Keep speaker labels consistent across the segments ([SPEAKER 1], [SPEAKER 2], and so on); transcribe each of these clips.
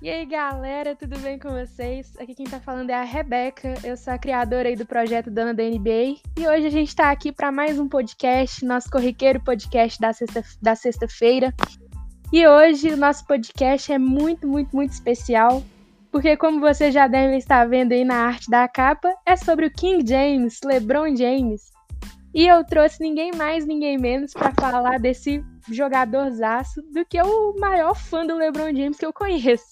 [SPEAKER 1] E aí, galera, tudo bem com vocês? Aqui quem tá falando é a Rebeca, eu sou a criadora aí do projeto Dona da NBA, e hoje a gente tá aqui para mais um podcast, nosso corriqueiro podcast da sexta- da sexta-feira. e hoje o nosso podcast é muito, muito, muito especial, porque como vocês já devem estar vendo aí na arte da capa, é sobre o King James, LeBron James. E eu trouxe ninguém mais, ninguém menos para falar desse jogadorzaço do que o maior fã do LeBron James que eu conheço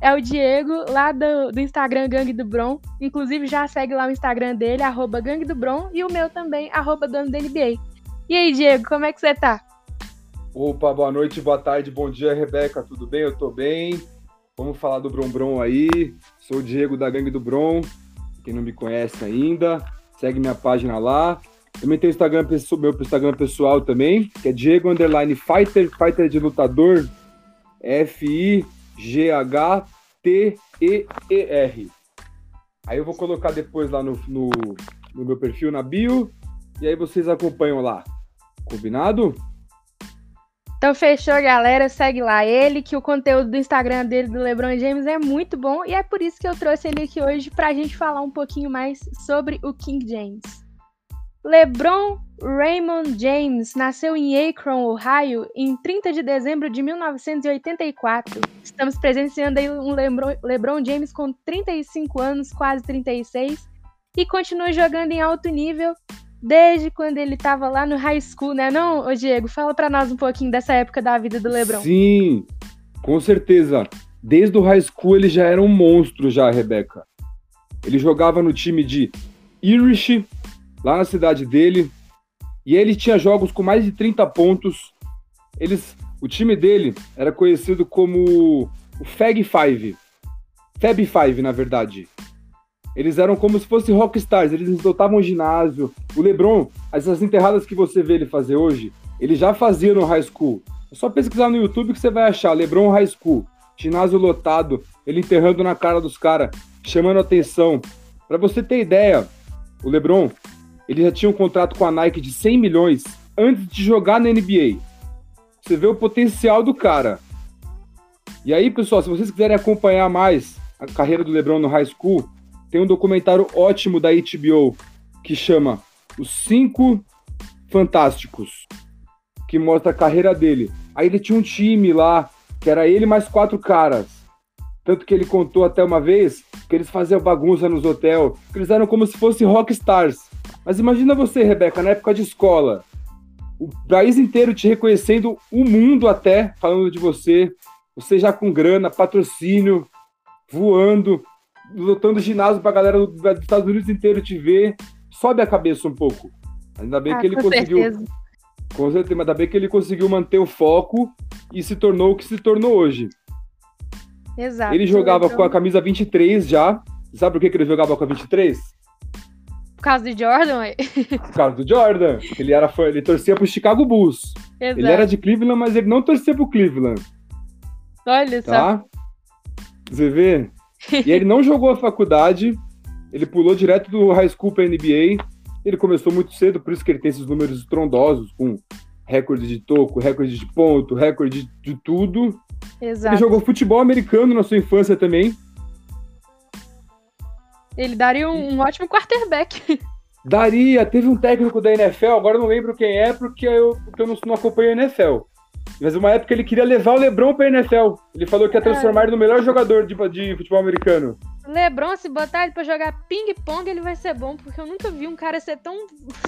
[SPEAKER 1] é o Diego, lá do, do Instagram Gangue do Bron. Inclusive, já segue lá o Instagram dele, arroba Gangue do Bron, e o meu também, arroba dono da NBA. E aí, Diego, como é que você tá?
[SPEAKER 2] Opa, boa noite, boa tarde, bom dia, Rebeca, tudo bem? Eu tô bem. Vamos falar do Brom Brom aí. Sou o Diego da Gangue do Brom. Quem não me conhece ainda, segue minha página lá. Também tem o Instagram, pesso- meu Instagram pessoal também, que é Diego Underline Fighter, Fighter de lutador, F-I-G-H-T-E-E-R. Aí eu vou colocar depois lá no- no, no meu perfil, na bio, e aí vocês acompanham lá. Combinado?
[SPEAKER 1] Então, fechou, galera. Segue lá ele, que o conteúdo do Instagram dele, do LeBron James, é muito bom. E é por isso que eu trouxe ele aqui hoje pra gente falar um pouquinho mais sobre o King James. LeBron Raymond James nasceu em Akron, Ohio, em 30 de dezembro de 1984. Estamos presenciando aí um Lebron, LeBron James com 35 anos, quase 36, e continua jogando em alto nível desde quando ele tava lá no high school, né? Não, ô Diego, fala pra nós um pouquinho dessa época da vida do LeBron.
[SPEAKER 2] Sim, com certeza. Desde o high school ele já era um monstro, já, Rebeca. Ele jogava no time de Irish, lá na cidade dele. E ele tinha jogos com mais de 30 pontos. Eles, o time dele era conhecido como o Fag Five. Fab Five, na verdade. Eles eram como se fossem rockstars, eles lotavam o ginásio. O LeBron, essas enterradas que você vê ele fazer hoje, ele já fazia no high school. É só pesquisar no YouTube que você vai achar. LeBron High School, ginásio lotado, ele enterrando na cara dos caras, chamando atenção. Pra você ter ideia, o LeBron, ele já tinha um contrato com a Nike de 100 milhões antes de jogar na NBA. Você vê o potencial do cara. E aí, pessoal, se vocês quiserem acompanhar mais a carreira do LeBron no High School, tem um documentário ótimo da HBO que chama Os Cinco Fantásticos, que mostra a carreira dele. Aí ele tinha um time lá, que era ele mais quatro caras. Tanto que ele contou até uma vez que eles faziam bagunça nos hotéis, que eles eram como se fossem rockstars. Mas imagina você, Rebeca, na época de escola, o país inteiro te reconhecendo, o mundo até, falando de você, você já com grana, patrocínio, voando, lotando ginásio pra galera do- dos Estados Unidos inteiro te ver. Sobe a cabeça um pouco. Ainda bem
[SPEAKER 1] Ah,
[SPEAKER 2] que ele
[SPEAKER 1] com
[SPEAKER 2] conseguiu
[SPEAKER 1] certeza.
[SPEAKER 2] com certeza, mas ainda bem que ele conseguiu manter o foco e se tornou o que se tornou hoje.
[SPEAKER 1] Exato.
[SPEAKER 2] ele jogava
[SPEAKER 1] Então,
[SPEAKER 2] com a camisa 23 já. Sabe por que, que ele jogava com a 23?
[SPEAKER 1] Por causa do Jordan, ué.
[SPEAKER 2] Por causa do Jordan. Ele era fã, ele torcia pro Chicago Bulls.
[SPEAKER 1] Exato.
[SPEAKER 2] Ele era de Cleveland, mas ele não torcia pro Cleveland,
[SPEAKER 1] Olha só.
[SPEAKER 2] tá? Você vê? E ele não jogou a faculdade, ele pulou direto do high school pra NBA. Ele começou muito cedo, por isso que ele tem esses números estrondosos, com recorde de toco, recorde de ponto, recorde de tudo.
[SPEAKER 1] Exato.
[SPEAKER 2] Ele jogou futebol americano na sua infância também.
[SPEAKER 1] Ele daria um, um ótimo quarterback.
[SPEAKER 2] Daria, teve um técnico da NFL, agora eu não lembro quem é, porque eu, porque eu não, não acompanho a NFL. Mas uma época ele queria levar o Lebron pra NFL. Ele falou que ia transformar ele no melhor jogador de, de futebol americano.
[SPEAKER 1] LeBron, se né, botar ele pra jogar ping-pong, ele vai ser bom, porque eu nunca vi um cara ser tão.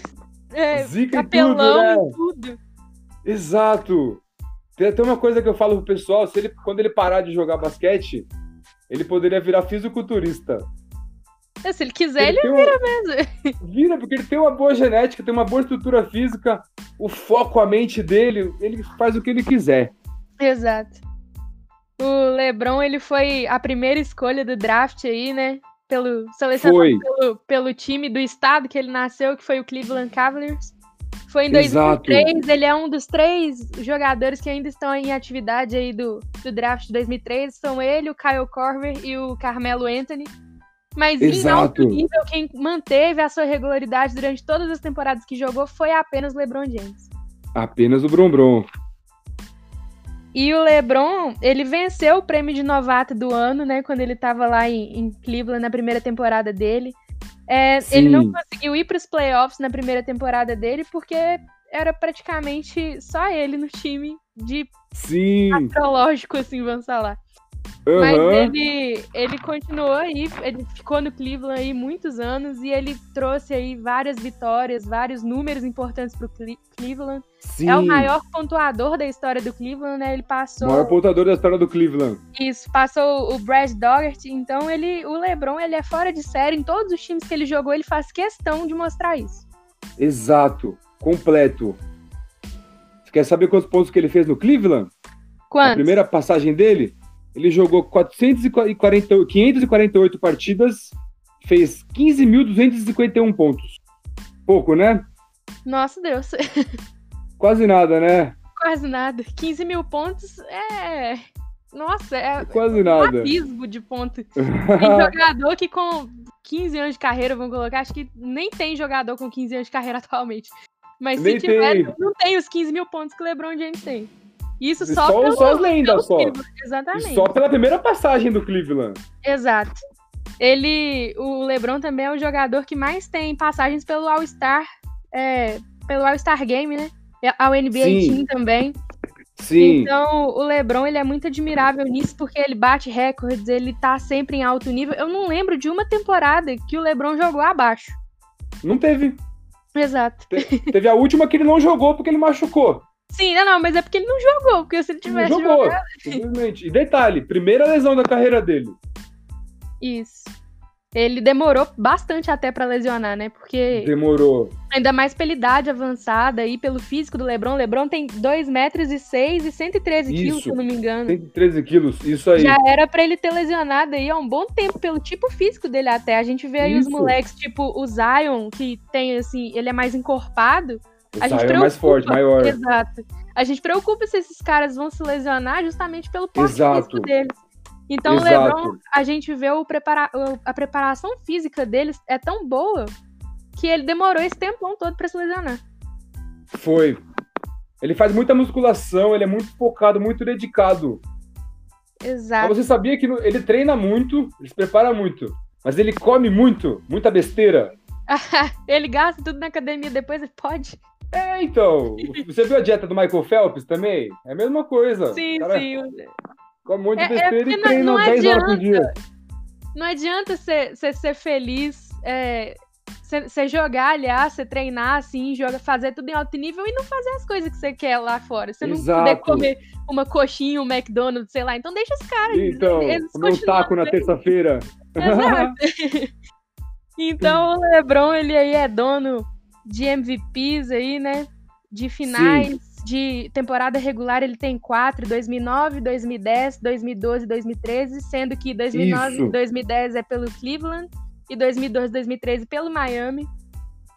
[SPEAKER 1] é,
[SPEAKER 2] Zica em tudo, né?
[SPEAKER 1] apelão em tudo.
[SPEAKER 2] Exato. Tem até uma coisa que eu falo pro pessoal, se ele, quando ele parar de jogar basquete, ele poderia virar fisiculturista.
[SPEAKER 1] É, Se ele quiser, ele
[SPEAKER 2] tem um-
[SPEAKER 1] mesmo.
[SPEAKER 2] Vira, porque ele tem uma boa genética, tem uma boa estrutura física, o foco, a mente dele, ele faz o que ele quiser.
[SPEAKER 1] Exato. O LeBron, ele foi a primeira escolha do draft aí, né? Pelo selecionado
[SPEAKER 2] Foi.
[SPEAKER 1] pelo, pelo time do estado que ele nasceu, que foi o Cleveland Cavaliers. Foi em
[SPEAKER 2] Exato.
[SPEAKER 1] 2003, ele é um dos três jogadores que ainda estão em atividade aí do, do draft de 2003. São ele, o Kyle Corver e o Carmelo Anthony. Mas em alto
[SPEAKER 2] Exato.
[SPEAKER 1] nível, quem manteve a sua regularidade durante todas as temporadas que jogou foi apenas LeBron James.
[SPEAKER 2] Apenas o Brombrom.
[SPEAKER 1] E o LeBron, ele venceu o prêmio de novato do ano, né? Quando ele tava lá em, em Cleveland na primeira temporada dele. É, ele não conseguiu ir para os playoffs na primeira temporada dele porque era praticamente só ele no time de
[SPEAKER 2] Sim.
[SPEAKER 1] astrológico, assim, vamos falar. Mas
[SPEAKER 2] Aham.
[SPEAKER 1] ele, é ele continuou aí, ele ficou no Cleveland aí muitos anos e ele trouxe aí várias vitórias, vários números importantes pro Cle- Cleveland.
[SPEAKER 2] Sim.
[SPEAKER 1] É o maior pontuador da história do Cleveland, né? Ele passou
[SPEAKER 2] Maior pontuador da história do Cleveland.
[SPEAKER 1] isso, passou o Brad Dougherty, então ele, o LeBron, ele é fora de série em todos os times que ele jogou, ele faz questão de mostrar isso.
[SPEAKER 2] Exato. Completo. Você quer saber quantos pontos que ele fez no Cleveland? A
[SPEAKER 1] Quantos?
[SPEAKER 2] primeira passagem dele, ele jogou 440, 548 partidas, fez 15.251 pontos. Pouco, né?
[SPEAKER 1] Nossa Deus,
[SPEAKER 2] Quase nada, né?
[SPEAKER 1] quase nada. 15 mil pontos é. Nossa, é
[SPEAKER 2] Quase
[SPEAKER 1] um
[SPEAKER 2] nada.
[SPEAKER 1] abismo de ponto. Tem jogador que com 15 anos de carreira, vamos colocar, acho que nem tem jogador com 15 anos de carreira atualmente. Mas
[SPEAKER 2] Nem
[SPEAKER 1] se tiver,
[SPEAKER 2] tem.
[SPEAKER 1] não tem os 15 mil pontos que o LeBron James tem. Isso
[SPEAKER 2] E
[SPEAKER 1] só,
[SPEAKER 2] só-
[SPEAKER 1] pelo,
[SPEAKER 2] só as lendas,
[SPEAKER 1] pelo
[SPEAKER 2] só.
[SPEAKER 1] Cleveland, Exatamente.
[SPEAKER 2] E só pela primeira passagem do Cleveland.
[SPEAKER 1] Exato. Ele, o LeBron também é o jogador que mais tem passagens pelo All-Star, é, pelo All-Star Game, né? É, Ao NBA
[SPEAKER 2] Sim.
[SPEAKER 1] Team também.
[SPEAKER 2] Sim.
[SPEAKER 1] Então, o LeBron, ele é muito admirável nisso porque ele bate recordes, ele tá sempre em alto nível. Eu não lembro de uma temporada que o LeBron jogou abaixo.
[SPEAKER 2] Não teve.
[SPEAKER 1] Exato.
[SPEAKER 2] Teve a última que ele não jogou porque ele machucou.
[SPEAKER 1] Sim, não, não, mas é porque ele não jogou, porque se ele
[SPEAKER 2] Não
[SPEAKER 1] tivesse
[SPEAKER 2] jogou.
[SPEAKER 1] jogado.
[SPEAKER 2] Simplesmente. E detalhe, primeira lesão da carreira dele.
[SPEAKER 1] Isso. Ele demorou bastante até pra lesionar, né? Porque
[SPEAKER 2] Demorou.
[SPEAKER 1] Ainda mais pela idade avançada e pelo físico do Lebron. Lebron tem 2 metros e 6 e 113 quilos,
[SPEAKER 2] Isso.
[SPEAKER 1] se eu não me engano.
[SPEAKER 2] 113 quilos, isso aí.
[SPEAKER 1] Já era pra ele ter lesionado aí há um bom tempo, pelo tipo físico dele até. A gente vê aí os
[SPEAKER 2] Isso.
[SPEAKER 1] moleques, tipo o Zion, que tem assim, ele é mais encorpado. a
[SPEAKER 2] O
[SPEAKER 1] gente
[SPEAKER 2] Zion é mais
[SPEAKER 1] preocupa.
[SPEAKER 2] forte, maior.
[SPEAKER 1] Exato. A gente preocupa se esses caras vão se lesionar justamente pelo porte
[SPEAKER 2] Exato.
[SPEAKER 1] físico deles. Então o
[SPEAKER 2] Exato.
[SPEAKER 1] Lebron, a gente vê o prepara... o- a preparação física deles é tão boa que ele demorou esse tempão todo pra se lesionar.
[SPEAKER 2] Foi. Ele faz muita musculação, ele é muito focado, muito dedicado.
[SPEAKER 1] Exato.
[SPEAKER 2] Mas você sabia que no- ele treina muito, ele se prepara muito, mas ele come muito, muita besteira.
[SPEAKER 1] Ele gasta tudo na academia, depois ele pode?
[SPEAKER 2] É, então. Você viu a dieta do Michael Phelps também? É a mesma coisa.
[SPEAKER 1] Sim,
[SPEAKER 2] O cara
[SPEAKER 1] sim.
[SPEAKER 2] Come muito
[SPEAKER 1] É- é
[SPEAKER 2] besteira
[SPEAKER 1] porque
[SPEAKER 2] e
[SPEAKER 1] não-
[SPEAKER 2] treina
[SPEAKER 1] não
[SPEAKER 2] 10 horas por dia.
[SPEAKER 1] Não adianta você ser feliz, você jogar, aliás, você treinar assim, joga, fazer tudo em alto nível e não fazer as coisas que você quer lá fora. Você não poder
[SPEAKER 2] Exato.
[SPEAKER 1] comer uma coxinha, um McDonald's, sei lá. Então deixa os caras. eles-
[SPEAKER 2] Então,
[SPEAKER 1] eles
[SPEAKER 2] comer um
[SPEAKER 1] continuam
[SPEAKER 2] taco na
[SPEAKER 1] bem.
[SPEAKER 2] terça-feira.
[SPEAKER 1] Exato. então o LeBron ele aí é dono de MVPs aí, né? De finais, de temporada regular ele tem quatro, 2009, 2010, 2012, 2013, sendo que 2009
[SPEAKER 2] Isso.
[SPEAKER 1] 2010 é pelo Cleveland e 2012, 2013 pelo Miami.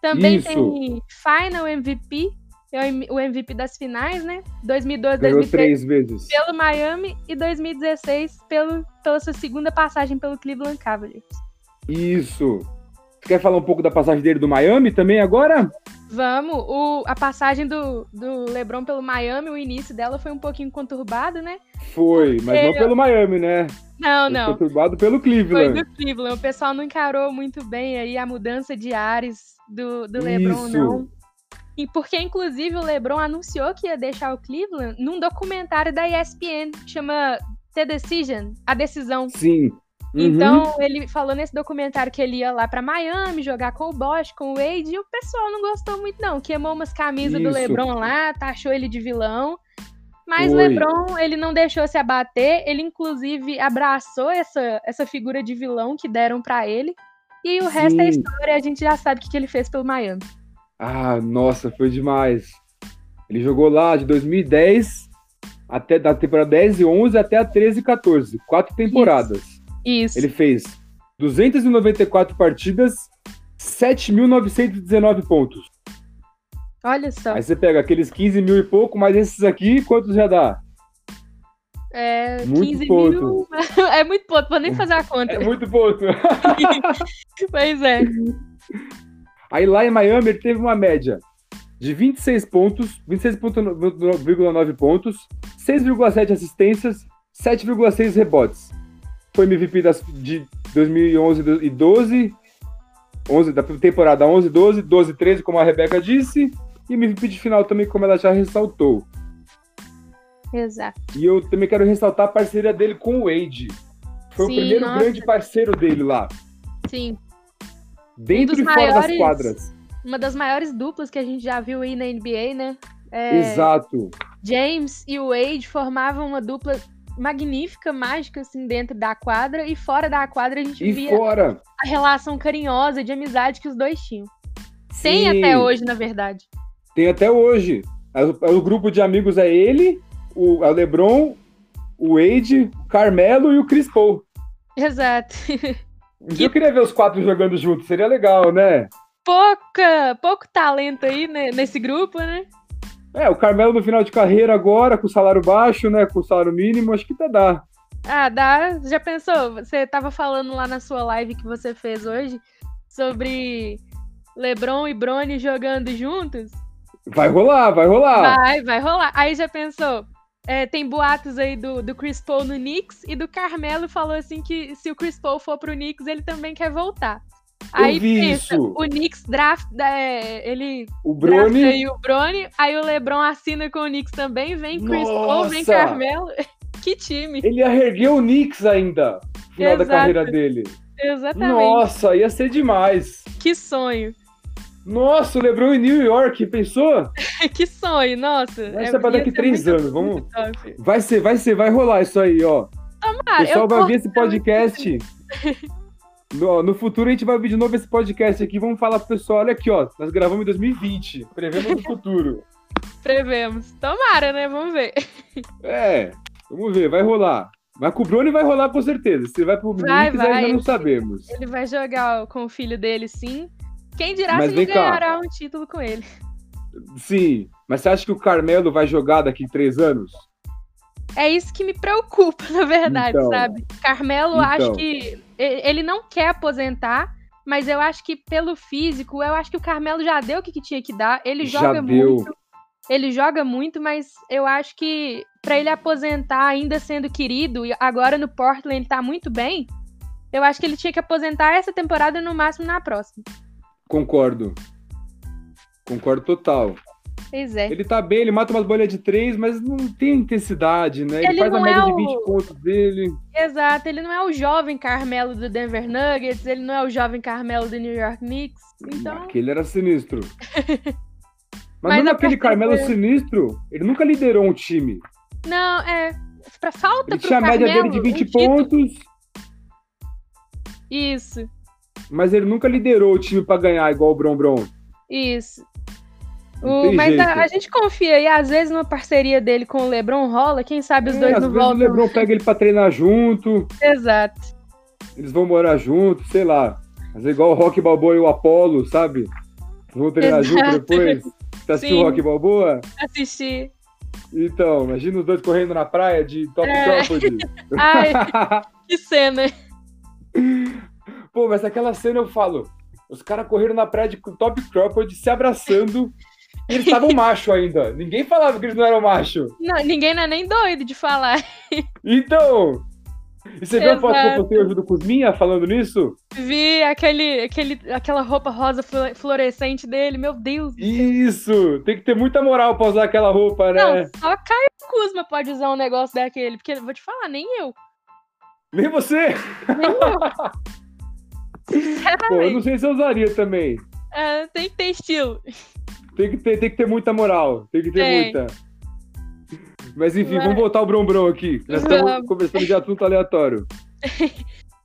[SPEAKER 1] Também
[SPEAKER 2] Isso.
[SPEAKER 1] tem Final MVP, é o M- o MVP das finais, né? 2012,
[SPEAKER 2] Ganhou
[SPEAKER 1] 2013
[SPEAKER 2] três vezes.
[SPEAKER 1] pelo Miami e 2016 pelo, pela sua segunda passagem pelo Cleveland Cavaliers.
[SPEAKER 2] Isso. Você quer falar um pouco da passagem dele do Miami também agora?
[SPEAKER 1] Vamos, o- a passagem do, do LeBron pelo Miami, o início dela foi um pouquinho conturbado, né?
[SPEAKER 2] Foi, mas não
[SPEAKER 1] Porque-
[SPEAKER 2] pelo Miami, né?
[SPEAKER 1] Não,
[SPEAKER 2] Foi
[SPEAKER 1] não.
[SPEAKER 2] Perturbado pelo
[SPEAKER 1] Foi
[SPEAKER 2] Cleveland.
[SPEAKER 1] do Cleveland. O pessoal não encarou muito bem aí a mudança de ares do, do LeBron,
[SPEAKER 2] Isso.
[SPEAKER 1] não. E porque, inclusive, o LeBron anunciou que ia deixar o Cleveland num documentário da ESPN, que chama The Decision, A Decisão.
[SPEAKER 2] Sim. Uhum.
[SPEAKER 1] Então, ele falou nesse documentário que ele ia lá pra Miami jogar com o Bosch, com o Wade, e o pessoal não gostou muito, não. Queimou umas camisas do
[SPEAKER 2] Isso.
[SPEAKER 1] LeBron lá, taxou ele de vilão. Mas o
[SPEAKER 2] Foi.
[SPEAKER 1] LeBron, ele não deixou se abater, ele inclusive abraçou essa, essa figura de vilão que deram pra ele. E o resto é
[SPEAKER 2] Sim.
[SPEAKER 1] história, a gente já sabe o que, que ele fez pelo Miami.
[SPEAKER 2] Ah, nossa, foi demais. Ele jogou lá de 2010 até da temporada 10 e 11 até a 13 e 14, quatro temporadas.
[SPEAKER 1] Isso.
[SPEAKER 2] Ele fez 294 partidas, 7.919 pontos.
[SPEAKER 1] Olha só.
[SPEAKER 2] Aí você pega aqueles 15 mil e pouco, mas esses aqui, quantos já dá?
[SPEAKER 1] É,
[SPEAKER 2] muito
[SPEAKER 1] 15 mil.
[SPEAKER 2] ponto.
[SPEAKER 1] é muito ponto, vou nem fazer a conta.
[SPEAKER 2] É muito ponto.
[SPEAKER 1] pois é.
[SPEAKER 2] Aí lá em Miami ele teve uma média de 26 pontos, 26,9 pontos, 6,7 assistências, 7,6 rebotes. Foi MVP das, de 2011 e 12, 11, da temporada 11 12, 12 13, como a Rebeca disse, e MVP de final também, como ela já ressaltou.
[SPEAKER 1] Exato.
[SPEAKER 2] E eu também quero ressaltar a parceria dele com o Wade. Foi
[SPEAKER 1] Sim,
[SPEAKER 2] o primeiro
[SPEAKER 1] nossa.
[SPEAKER 2] grande parceiro dele lá,
[SPEAKER 1] Sim.
[SPEAKER 2] dentro
[SPEAKER 1] Um dos
[SPEAKER 2] e fora das
[SPEAKER 1] maiores.
[SPEAKER 2] quadras.
[SPEAKER 1] Uma das maiores duplas que a gente já viu aí na NBA, né? É,
[SPEAKER 2] Exato.
[SPEAKER 1] James e Wade formavam uma dupla magnífica, mágica, assim, dentro da quadra. E fora da quadra a gente
[SPEAKER 2] E
[SPEAKER 1] via
[SPEAKER 2] fora.
[SPEAKER 1] a relação carinhosa de amizade que os dois tinham. Tem
[SPEAKER 2] Sim.
[SPEAKER 1] até hoje, na verdade.
[SPEAKER 2] Tem até hoje. É O, é o grupo de amigos é ele, o, é o LeBron, o Wade, o Carmelo e o Chris Paul.
[SPEAKER 1] Exato.
[SPEAKER 2] Um dia Eu queria ver os quatro jogando juntos, seria legal, né?
[SPEAKER 1] Pouca, pouco talento aí né, nesse grupo, né?
[SPEAKER 2] É, o Carmelo no final de carreira agora, com salário baixo, né? Com salário mínimo, acho que até dá.
[SPEAKER 1] Ah, dá. Já pensou? Você tava falando lá na sua live que você fez hoje sobre LeBron e Brony jogando juntos?
[SPEAKER 2] Vai rolar, vai rolar.
[SPEAKER 1] Vai, vai rolar. Aí já pensou? É, tem boatos aí do, do Chris Paul no Knicks e do Carmelo falou assim que se o Chris Paul for pro Knicks, ele também quer voltar.
[SPEAKER 2] Eu
[SPEAKER 1] Aí
[SPEAKER 2] vi
[SPEAKER 1] pensa,
[SPEAKER 2] isso.
[SPEAKER 1] o Knicks draft, é, ele
[SPEAKER 2] O
[SPEAKER 1] drafta
[SPEAKER 2] Brony.
[SPEAKER 1] aí o Brony, aí o LeBron assina com o Knicks também, vem Chris Paul, vem
[SPEAKER 2] Nossa!
[SPEAKER 1] Carmelo. que time,
[SPEAKER 2] Ele ergueu o Knicks ainda. no Final da
[SPEAKER 1] Exato.
[SPEAKER 2] carreira dele.
[SPEAKER 1] exatamente.
[SPEAKER 2] Nossa, ia ser demais.
[SPEAKER 1] Que sonho,
[SPEAKER 2] Nossa, o LeBron em New York, pensou?
[SPEAKER 1] que sonho, nossa.
[SPEAKER 2] Vai ser pra
[SPEAKER 1] É, ia
[SPEAKER 2] daqui três
[SPEAKER 1] muito-
[SPEAKER 2] anos, vamos-
[SPEAKER 1] muito top.
[SPEAKER 2] Vai ser, vai ser, vai rolar isso aí, ó. O
[SPEAKER 1] Tomara,
[SPEAKER 2] pessoal
[SPEAKER 1] eu
[SPEAKER 2] vai
[SPEAKER 1] torço
[SPEAKER 2] ver esse podcast. No, no futuro a gente vai ver de novo esse podcast aqui. Vamos falar pro pessoal, olha aqui, ó. Nós gravamos em 2020, prevendo o futuro.
[SPEAKER 1] Prevemos. Tomara, né? Vamos ver.
[SPEAKER 2] É, vamos ver, vai rolar. Mas com o Brony vai rolar com certeza. Se vai pro
[SPEAKER 1] Vai,
[SPEAKER 2] Knicks, aí
[SPEAKER 1] vai.
[SPEAKER 2] já não sabemos.
[SPEAKER 1] Ele vai jogar com o filho dele, sim. Quem dirá se
[SPEAKER 2] Mas
[SPEAKER 1] ele
[SPEAKER 2] vem cá.
[SPEAKER 1] ganhará um título com ele?
[SPEAKER 2] Sim, mas você acha que o Carmelo vai jogar daqui três anos?
[SPEAKER 1] É isso que me preocupa, na verdade,
[SPEAKER 2] Então.
[SPEAKER 1] sabe? Carmelo,
[SPEAKER 2] Então.
[SPEAKER 1] acho que e- ele não quer aposentar, mas eu acho que pelo físico, eu acho que o Carmelo já deu o que, que tinha que dar. Ele
[SPEAKER 2] Já
[SPEAKER 1] joga
[SPEAKER 2] deu.
[SPEAKER 1] muito. Ele joga muito, mas eu acho que pra ele aposentar ainda sendo querido, e agora no Portland ele tá muito bem. Eu acho que ele tinha que aposentar essa temporada e no máximo na próxima.
[SPEAKER 2] Concordo. Concordo total.
[SPEAKER 1] Pois é.
[SPEAKER 2] Ele tá bem, ele mata umas bolhas de três, mas não tem intensidade, né? Ele,
[SPEAKER 1] Ele
[SPEAKER 2] faz a
[SPEAKER 1] não
[SPEAKER 2] média
[SPEAKER 1] é
[SPEAKER 2] de
[SPEAKER 1] o-
[SPEAKER 2] 20 pontos dele.
[SPEAKER 1] Exato, ele não é o jovem Carmelo do Denver Nuggets, ele não é o jovem Carmelo do New York Knicks. Então,
[SPEAKER 2] Aquele era sinistro. Mas,
[SPEAKER 1] Mas
[SPEAKER 2] mesmo
[SPEAKER 1] a
[SPEAKER 2] aquele
[SPEAKER 1] partir
[SPEAKER 2] Carmelo
[SPEAKER 1] de-
[SPEAKER 2] sinistro, ele nunca liderou um time.
[SPEAKER 1] não, é. Pra falta
[SPEAKER 2] Ele
[SPEAKER 1] pro
[SPEAKER 2] tinha a média dele
[SPEAKER 1] Carmelo,
[SPEAKER 2] de
[SPEAKER 1] um
[SPEAKER 2] 20
[SPEAKER 1] título.
[SPEAKER 2] pontos,
[SPEAKER 1] Isso,
[SPEAKER 2] mas ele nunca liderou o time pra ganhar, igual o Bron Bron.
[SPEAKER 1] isso.
[SPEAKER 2] Não
[SPEAKER 1] O-
[SPEAKER 2] tem
[SPEAKER 1] mas a,
[SPEAKER 2] jeito.
[SPEAKER 1] a gente confia aí, às vezes, numa parceria dele com o Lebron rola, quem sabe os
[SPEAKER 2] É,
[SPEAKER 1] dois
[SPEAKER 2] às
[SPEAKER 1] não
[SPEAKER 2] vezes o
[SPEAKER 1] voltam. né?
[SPEAKER 2] Lebron pega ele pra treinar junto,
[SPEAKER 1] Exato.
[SPEAKER 2] eles vão morar junto, sei lá. Mas é igual o Rock Balboa e o Apollo, sabe? Vão treinar
[SPEAKER 1] Exato.
[SPEAKER 2] junto depois. Você assistiu o
[SPEAKER 1] Sim.
[SPEAKER 2] Rock Balboa?
[SPEAKER 1] Assistir.
[SPEAKER 2] Então, imagina os dois correndo na praia de top
[SPEAKER 1] É.
[SPEAKER 2] top.
[SPEAKER 1] Ai, que cena.
[SPEAKER 2] Pô, mas aquela cena eu falo, os caras correram na praia de top Crawford se abraçando e eles estavam macho ainda. Ninguém falava que eles não eram macho.
[SPEAKER 1] Não, ninguém não é nem doido de falar.
[SPEAKER 2] Então, e você viu a foto que eu
[SPEAKER 1] Exato.
[SPEAKER 2] postei hoje do Cusminha falando nisso?
[SPEAKER 1] Vi aquele, aquele, aquela roupa rosa flu- fluorescente dele, meu Deus.
[SPEAKER 2] Isso, tem que ter muita moral pra usar aquela roupa, né?
[SPEAKER 1] Não, só Caio Kuzma pode usar um negócio daquele, porque vou te falar, nem eu.
[SPEAKER 2] Nem você.
[SPEAKER 1] Nem eu.
[SPEAKER 2] Pô, eu não
[SPEAKER 1] Sinceramente,
[SPEAKER 2] sei se eu usaria também.
[SPEAKER 1] é, tem que ter estilo.
[SPEAKER 2] Tem que ter, tem que ter muita moral. Tem que ter
[SPEAKER 1] Tem.
[SPEAKER 2] muita. Mas enfim,
[SPEAKER 1] Mas-
[SPEAKER 2] vamos voltar ao Brombrom aqui. Nós estamos
[SPEAKER 1] é? Vamos.
[SPEAKER 2] conversando de assunto aleatório.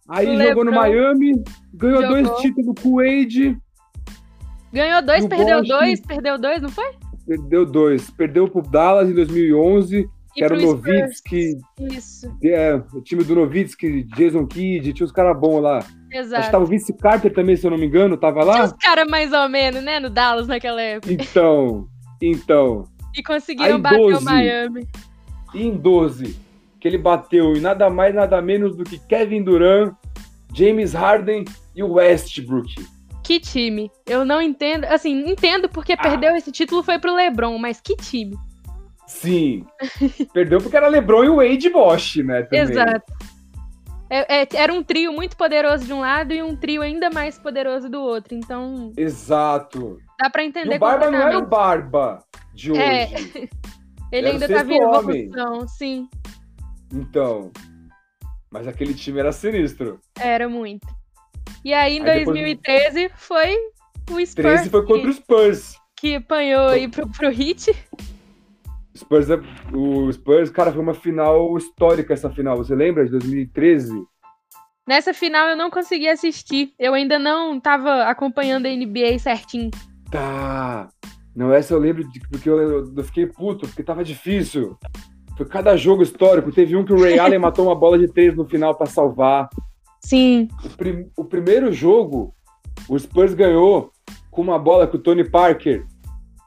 [SPEAKER 2] Aí
[SPEAKER 1] O
[SPEAKER 2] jogou no
[SPEAKER 1] Lebron
[SPEAKER 2] Miami, ganhou
[SPEAKER 1] jogou.
[SPEAKER 2] dois títulos com o Wade,
[SPEAKER 1] Ganhou dois,
[SPEAKER 2] No
[SPEAKER 1] perdeu
[SPEAKER 2] Washington.
[SPEAKER 1] dois, perdeu dois, não foi?
[SPEAKER 2] perdeu dois. Perdeu pro Dallas em 2011, que era o
[SPEAKER 1] pro Spurs.
[SPEAKER 2] Novitsky,
[SPEAKER 1] Isso,
[SPEAKER 2] é, o time do Novitsky, Jason Kidd, tinha uns caras bons lá. Acho que
[SPEAKER 1] exato.
[SPEAKER 2] tava o Vince Carter também, se eu não me engano, tava
[SPEAKER 1] Tinha
[SPEAKER 2] lá?
[SPEAKER 1] uns caras mais ou menos, né, no Dallas naquela época.
[SPEAKER 2] Então, então...
[SPEAKER 1] E conseguiram
[SPEAKER 2] Aí,
[SPEAKER 1] bater
[SPEAKER 2] 12.
[SPEAKER 1] o Miami.
[SPEAKER 2] e em 12, que ele bateu em nada mais nada menos do que Kevin Durant, James Harden e o Westbrook.
[SPEAKER 1] Que time? Eu não entendo. Assim, entendo porque
[SPEAKER 2] Ah.
[SPEAKER 1] perdeu esse título foi pro LeBron, mas que time?
[SPEAKER 2] Sim. Perdeu porque era LeBron e o Wade Bosch, né? Também.
[SPEAKER 1] Exato. É- é- era um trio muito poderoso de um lado e um trio ainda mais poderoso do outro. Então,
[SPEAKER 2] Exato.
[SPEAKER 1] dá pra
[SPEAKER 2] E
[SPEAKER 1] entender
[SPEAKER 2] o Barba não era o
[SPEAKER 1] completamente.
[SPEAKER 2] Barba de hoje.
[SPEAKER 1] É. Ele
[SPEAKER 2] era o
[SPEAKER 1] ainda tava em
[SPEAKER 2] sexto homem.
[SPEAKER 1] evolução, sim.
[SPEAKER 2] Então. Mas aquele time era sinistro.
[SPEAKER 1] Era muito. E aí, em
[SPEAKER 2] Aí depois-
[SPEAKER 1] 2013, foi o Spurs
[SPEAKER 2] 13 foi contra
[SPEAKER 1] que,
[SPEAKER 2] o Spurs.
[SPEAKER 1] que apanhou aí pro, pro Hit.
[SPEAKER 2] Spurs, é- o Spurs, cara, foi uma final histórica essa final. Você lembra de 2013?
[SPEAKER 1] Nessa final eu não consegui assistir. Eu ainda não tava acompanhando a NBA certinho.
[SPEAKER 2] Tá. Não, essa eu lembro de, porque eu, eu- eu fiquei puto, porque tava difícil. Foi cada jogo histórico. Teve um que o Ray Allen matou uma bola de três no final pra salvar.
[SPEAKER 1] Sim.
[SPEAKER 2] O, prim- o primeiro jogo, o Spurs ganhou com uma bola com o Tony Parker.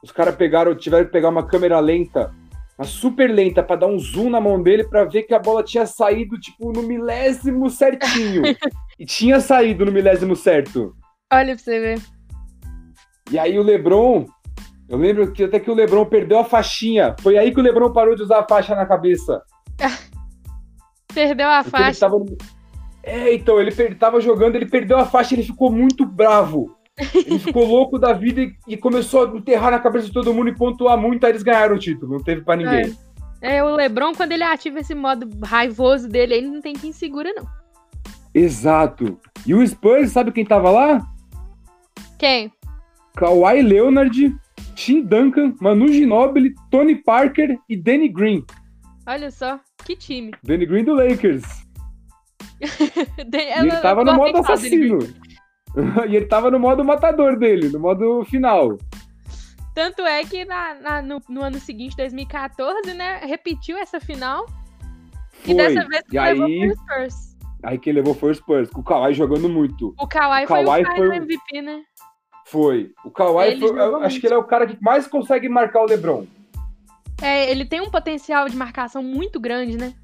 [SPEAKER 2] Os caras pegaram, tiveram que pegar uma câmera lenta, uma super lenta, pra dar um zoom na mão dele pra ver que a bola tinha saído, tipo, no milésimo certinho. e tinha saído no milésimo certo.
[SPEAKER 1] Olha pra você ver.
[SPEAKER 2] E aí o Lebron, eu lembro que até que o Lebron perdeu a faixinha. Foi aí que o Lebron parou de usar a faixa na cabeça.
[SPEAKER 1] Perdeu a
[SPEAKER 2] Porque ele
[SPEAKER 1] faixa.
[SPEAKER 2] tava... É, então, ele per- tava jogando, ele perdeu a faixa, ele ficou muito bravo. Ele ficou louco da vida e, e começou a enterrar na cabeça de todo mundo e pontuar muito, aí eles ganharam o título, não teve pra ninguém.
[SPEAKER 1] É, o Lebron, quando ele ativa esse modo raivoso dele, ele não tem quem segura, não.
[SPEAKER 2] Exato. E o Spurs, sabe quem tava lá?
[SPEAKER 1] Quem?
[SPEAKER 2] Kawhi Leonard, Tim Duncan, Manu Ginobili, Tony Parker e Danny Green.
[SPEAKER 1] Olha só, que time.
[SPEAKER 2] Danny Green do Lakers.
[SPEAKER 1] Ele
[SPEAKER 2] E ele tava no modo assassino. e ele tava no modo matador dele, no modo final.
[SPEAKER 1] Tanto é que na- na- no, no ano seguinte, 2014, né, repetiu essa final.
[SPEAKER 2] Foi.
[SPEAKER 1] E dessa vez
[SPEAKER 2] e
[SPEAKER 1] levou
[SPEAKER 2] aí,
[SPEAKER 1] pro Spurs.
[SPEAKER 2] aí quem levou foi o Spurs, com o Kawhi jogando muito.
[SPEAKER 1] O Kawhi,
[SPEAKER 2] O
[SPEAKER 1] foi
[SPEAKER 2] Kawhi
[SPEAKER 1] o
[SPEAKER 2] foi o-
[SPEAKER 1] final MVP, né?
[SPEAKER 2] Foi. O Kawhi,
[SPEAKER 1] Ele
[SPEAKER 2] foi-
[SPEAKER 1] jogou
[SPEAKER 2] eu
[SPEAKER 1] muito.
[SPEAKER 2] acho que ele é o cara que mais consegue marcar o LeBron.
[SPEAKER 1] É, ele tem um potencial de marcação muito grande, né?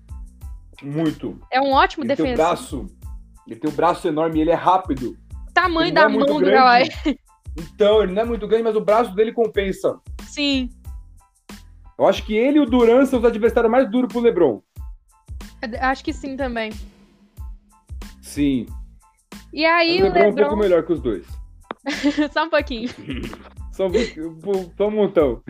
[SPEAKER 2] Muito.
[SPEAKER 1] É um ótimo
[SPEAKER 2] Ele tem o
[SPEAKER 1] defensor.
[SPEAKER 2] braço, ele tem o braço enorme, ele é rápido.
[SPEAKER 1] Tamanho
[SPEAKER 2] ele
[SPEAKER 1] da
[SPEAKER 2] não é muito
[SPEAKER 1] mão do
[SPEAKER 2] grande.
[SPEAKER 1] Kawhi.
[SPEAKER 2] Então, ele não é muito grande, mas o braço dele compensa.
[SPEAKER 1] Sim.
[SPEAKER 2] Eu acho que ele e o Duran são os adversários mais duros pro LeBron.
[SPEAKER 1] Acho que sim também.
[SPEAKER 2] Sim.
[SPEAKER 1] E aí
[SPEAKER 2] o
[SPEAKER 1] o
[SPEAKER 2] LeBron é um pouco
[SPEAKER 1] Lebron.
[SPEAKER 2] melhor que os dois.
[SPEAKER 1] Só um pouquinho.
[SPEAKER 2] Só, só um montão.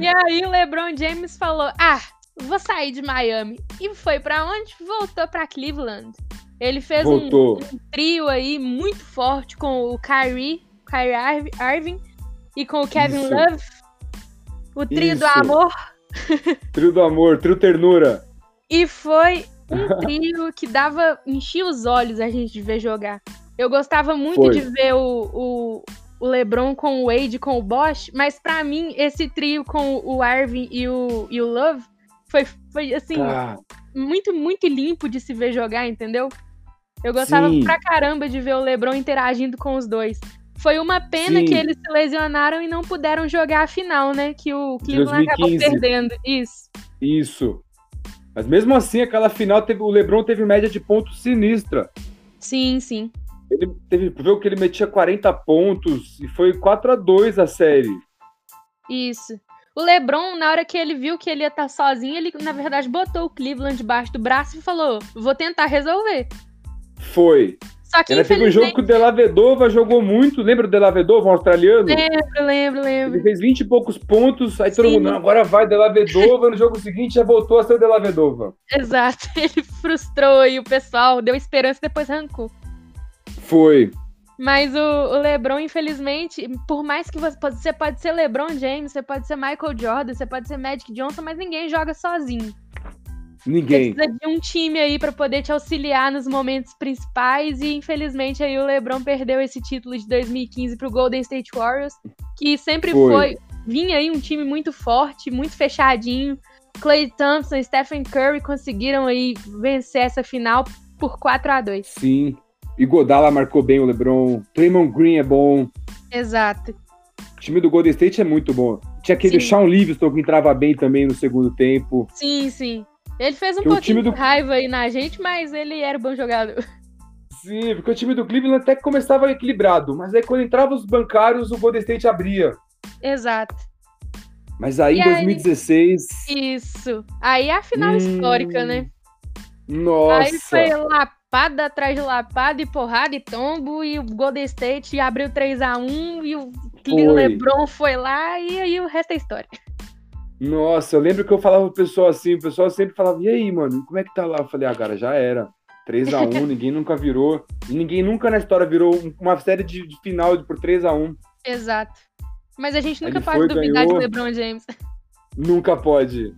[SPEAKER 1] E aí o LeBron James falou: Ah, vou sair de Miami. E foi pra onde? Voltou pra Cleveland. Ele fez um,
[SPEAKER 2] Voltou.
[SPEAKER 1] um trio aí muito forte com o Kyrie, Kyrie Irv- Irving e com o Kevin
[SPEAKER 2] Isso.
[SPEAKER 1] Love. O trio do
[SPEAKER 2] Isso.
[SPEAKER 1] amor.
[SPEAKER 2] Trio do amor, trio ternura.
[SPEAKER 1] E foi um trio que dava. enchia os olhos a gente de ver jogar. Eu gostava muito
[SPEAKER 2] Foi.
[SPEAKER 1] de ver o, o, o Lebron com o Wade com o Bosch, mas pra mim, esse trio com o Arvin e o, e o Love foi, foi assim,
[SPEAKER 2] Ah.
[SPEAKER 1] muito, muito limpo de se ver jogar, entendeu? Eu gostava
[SPEAKER 2] Sim.
[SPEAKER 1] pra caramba de ver o Lebron interagindo com os dois. Foi uma pena
[SPEAKER 2] Sim.
[SPEAKER 1] que eles se lesionaram e não puderam jogar a final, né? Que o Cleveland acabou
[SPEAKER 2] 2015.
[SPEAKER 1] perdendo. Isso.
[SPEAKER 2] Isso. Mas mesmo assim, aquela final, teve, o Lebron teve média de pontos sinistra.
[SPEAKER 1] Sim, sim.
[SPEAKER 2] Ele teve viu que ele metia 40 pontos e foi 4 a 2 a série.
[SPEAKER 1] Isso. O LeBron, na hora que ele viu que ele ia estar sozinho, ele na verdade botou o Cleveland debaixo do braço e falou: "Vou tentar resolver".
[SPEAKER 2] Foi.
[SPEAKER 1] Só que
[SPEAKER 2] Ela teve um jogo
[SPEAKER 1] infelizmente
[SPEAKER 2] que o Delavedova jogou muito. Lembra o Delavedova, um australiano?
[SPEAKER 1] lembro, lembro,
[SPEAKER 2] Ele
[SPEAKER 1] lembro.
[SPEAKER 2] fez 20 e poucos pontos, aí todo
[SPEAKER 1] Sim.
[SPEAKER 2] mundo, não, agora vai Delavedova. No jogo seguinte já voltou a ser o Delavedova.
[SPEAKER 1] Exato. Ele frustrou e o pessoal deu esperança e depois arrancou.
[SPEAKER 2] Foi.
[SPEAKER 1] Mas o, o LeBron, infelizmente, por mais que você pode, você pode ser LeBron James, você pode ser Michael Jordan, você pode ser Magic Johnson, mas ninguém joga sozinho. Você
[SPEAKER 2] Ninguém.
[SPEAKER 1] precisa de um time aí pra poder te auxiliar nos momentos principais e infelizmente aí o LeBron perdeu esse título de 2015 pro Golden State Warriors, que sempre foi,
[SPEAKER 2] Foi.
[SPEAKER 1] vinha aí um time muito forte, muito fechadinho. Clay Thompson e Stephen Curry conseguiram aí vencer essa final por 4 a 2.
[SPEAKER 2] Sim. E Godala marcou bem o Lebron. Draymond Green é bom.
[SPEAKER 1] Exato.
[SPEAKER 2] O time do Golden State é muito bom. Tinha aquele
[SPEAKER 1] Sim.
[SPEAKER 2] Shawn Livingston que entrava bem também no segundo tempo.
[SPEAKER 1] Sim, sim. Ele fez um
[SPEAKER 2] Porque o time
[SPEAKER 1] pouquinho
[SPEAKER 2] do-
[SPEAKER 1] de raiva aí na gente, mas ele era um bom jogador.
[SPEAKER 2] Sim, porque o time do Cleveland até que começava equilibrado, mas aí quando entravam os bancários, o Golden State abria.
[SPEAKER 1] Exato.
[SPEAKER 2] Mas aí
[SPEAKER 1] E
[SPEAKER 2] em
[SPEAKER 1] aí?
[SPEAKER 2] 2016.
[SPEAKER 1] Isso. Aí é a final
[SPEAKER 2] Hum,
[SPEAKER 1] histórica, né? Aí
[SPEAKER 2] Nossa!
[SPEAKER 1] foi lapada atrás de lapada e porrada e tombo e o Golden State abriu 3 a 1 e o
[SPEAKER 2] Foi.
[SPEAKER 1] LeBron foi lá e aí o resto é história.
[SPEAKER 2] Nossa, eu lembro que eu falava pro pessoal assim, o pessoal sempre falava, e aí, mano, como é que tá lá? Eu falei, ah, cara, já era. 3x1, ninguém nunca virou. E ninguém nunca na história virou um- uma série de, de final por 3x1.
[SPEAKER 1] Exato. Mas a gente
[SPEAKER 2] Aí
[SPEAKER 1] nunca
[SPEAKER 2] ele
[SPEAKER 1] pode
[SPEAKER 2] foi,
[SPEAKER 1] duvidar
[SPEAKER 2] ganhou.
[SPEAKER 1] de LeBron James.
[SPEAKER 2] Nunca pode.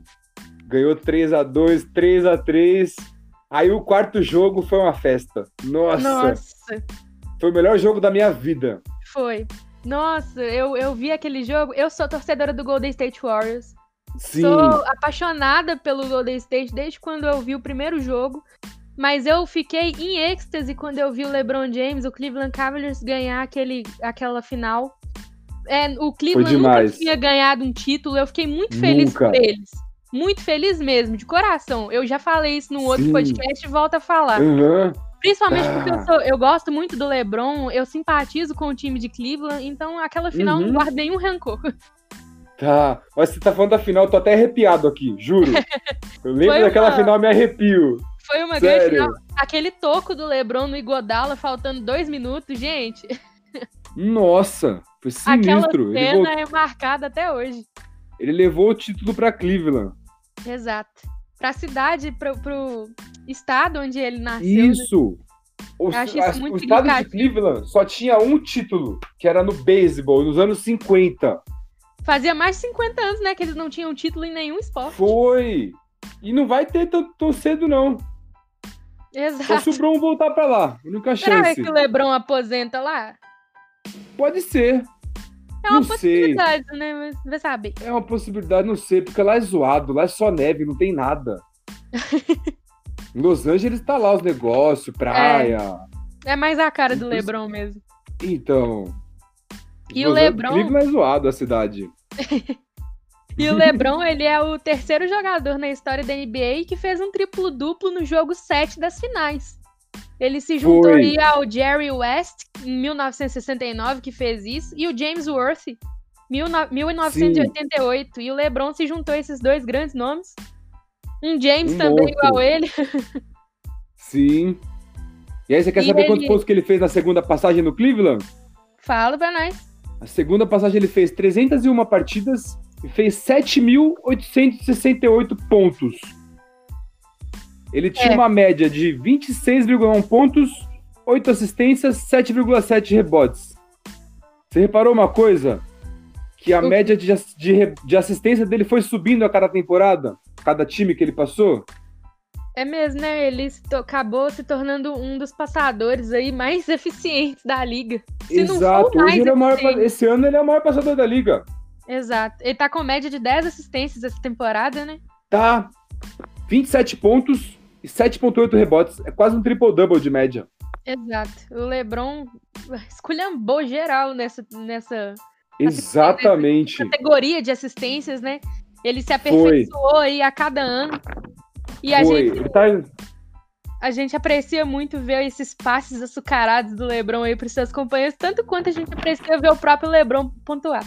[SPEAKER 2] Ganhou 3x2, 3x3. Aí o quarto jogo foi uma festa. Nossa,
[SPEAKER 1] Nossa.
[SPEAKER 2] foi o melhor jogo da minha vida.
[SPEAKER 1] Foi. Nossa, eu, eu vi aquele jogo. Eu sou torcedora do Golden State Warriors.
[SPEAKER 2] Sim.
[SPEAKER 1] Sou apaixonada pelo Golden State desde quando eu vi o primeiro jogo. Mas eu fiquei em êxtase quando eu vi o LeBron James, o Cleveland Cavaliers, ganhar aquele, aquela final. É, o Cleveland nunca
[SPEAKER 2] demais.
[SPEAKER 1] tinha ganhado um título. Eu fiquei muito feliz
[SPEAKER 2] Nunca.
[SPEAKER 1] por eles. Muito feliz mesmo, de coração. Eu já falei isso num outro
[SPEAKER 2] Sim.
[SPEAKER 1] podcast e volto a falar.
[SPEAKER 2] Aham.
[SPEAKER 1] Principalmente
[SPEAKER 2] Ah.
[SPEAKER 1] porque eu, sou- eu gosto muito do LeBron, eu simpatizo com o time de Cleveland, então aquela final
[SPEAKER 2] Uhum.
[SPEAKER 1] não guarda nenhum rancor.
[SPEAKER 2] Tá. Olha, você tá falando da final, eu tô até arrepiado aqui, juro. Eu lembro
[SPEAKER 1] Foi
[SPEAKER 2] daquela
[SPEAKER 1] uma-
[SPEAKER 2] final, me arrepio.
[SPEAKER 1] Foi uma grande
[SPEAKER 2] Sério.
[SPEAKER 1] final. Aquele toco do LeBron no Igodala faltando dois minutos, gente,
[SPEAKER 2] Nossa, foi
[SPEAKER 1] aquela
[SPEAKER 2] sinistro. Ele,
[SPEAKER 1] cena
[SPEAKER 2] vol-
[SPEAKER 1] é marcada até hoje.
[SPEAKER 2] ele levou o título pra Cleveland.
[SPEAKER 1] Exato. Pra cidade, pro, pro estado onde ele nasceu. né?
[SPEAKER 2] Isso. O,
[SPEAKER 1] Eu acho
[SPEAKER 2] a-
[SPEAKER 1] isso muito
[SPEAKER 2] o estado de
[SPEAKER 1] significativo.
[SPEAKER 2] Cleveland só tinha um título, que era no beisebol, nos anos 50.
[SPEAKER 1] né? Fazia mais de 50 anos, né, que eles não tinham título em nenhum esporte.
[SPEAKER 2] Foi. E não vai ter tão, tão cedo, não. Só
[SPEAKER 1] Exato.
[SPEAKER 2] se o Bron voltar pra lá. Única
[SPEAKER 1] Será
[SPEAKER 2] chance.
[SPEAKER 1] que o LeBron aposenta lá?
[SPEAKER 2] Pode ser.
[SPEAKER 1] É uma
[SPEAKER 2] Não sei.
[SPEAKER 1] possibilidade, né? Mas vai saber.
[SPEAKER 2] É uma possibilidade, não sei, porque lá é zoado, lá é só neve, não tem nada. em Los Angeles tá lá os negócios, praia.
[SPEAKER 1] É mais a cara do
[SPEAKER 2] Inclusive-
[SPEAKER 1] LeBron mesmo.
[SPEAKER 2] Então.
[SPEAKER 1] E o
[SPEAKER 2] Los Angeles-
[SPEAKER 1] LeBron?
[SPEAKER 2] Cleveland é zoado a cidade.
[SPEAKER 1] E o LeBron, ele é o terceiro jogador na história da NBA que fez um triplo-duplo no jogo 7 das finais. Ele se juntou
[SPEAKER 2] Foi.
[SPEAKER 1] aí ao Jerry West em 1969 que fez isso e o James Worthy 19- 1988 e o LeBron se juntou a esses dois grandes nomes. Um James
[SPEAKER 2] Um
[SPEAKER 1] também
[SPEAKER 2] monstro.
[SPEAKER 1] igual ele.
[SPEAKER 2] Sim. E aí, você quer
[SPEAKER 1] E
[SPEAKER 2] saber
[SPEAKER 1] ele-
[SPEAKER 2] quantos pontos que ele fez na segunda passagem no Cleveland?
[SPEAKER 1] Fala pra nós.
[SPEAKER 2] A segunda passagem ele fez 301 partidas e fez 7.868 pontos. Ele tinha
[SPEAKER 1] É.
[SPEAKER 2] uma média de 26,1 pontos, 8 assistências, 7,7 rebotes. Você reparou uma coisa? Que a
[SPEAKER 1] O-
[SPEAKER 2] média de, ass- de re- de assistência dele foi subindo a cada temporada, cada time que ele passou?
[SPEAKER 1] É mesmo, né? Ele se to- acabou se tornando um dos passadores aí mais eficientes da liga. Se não for
[SPEAKER 2] Exato.
[SPEAKER 1] mais
[SPEAKER 2] Hoje ele é o maior pa-
[SPEAKER 1] eficiente.
[SPEAKER 2] esse ano ele é o maior passador da liga.
[SPEAKER 1] Exato. Ele tá com média de 10 assistências essa temporada, né?
[SPEAKER 2] tá 27 pontos e 7.8 rebotes. É quase um triple-double de média.
[SPEAKER 1] Tá Exato. O Lebron esculhambou geral nessa, nessa
[SPEAKER 2] Exatamente.
[SPEAKER 1] categoria de assistências, né? Ele se aperfeiçoou aí a cada ano. E a
[SPEAKER 2] Foi.
[SPEAKER 1] gente,
[SPEAKER 2] Ele tá...
[SPEAKER 1] a gente aprecia muito ver esses passes açucarados do Lebron aí pros seus companheiros, tanto quanto a gente aprecia ver o próprio Lebron pontuar.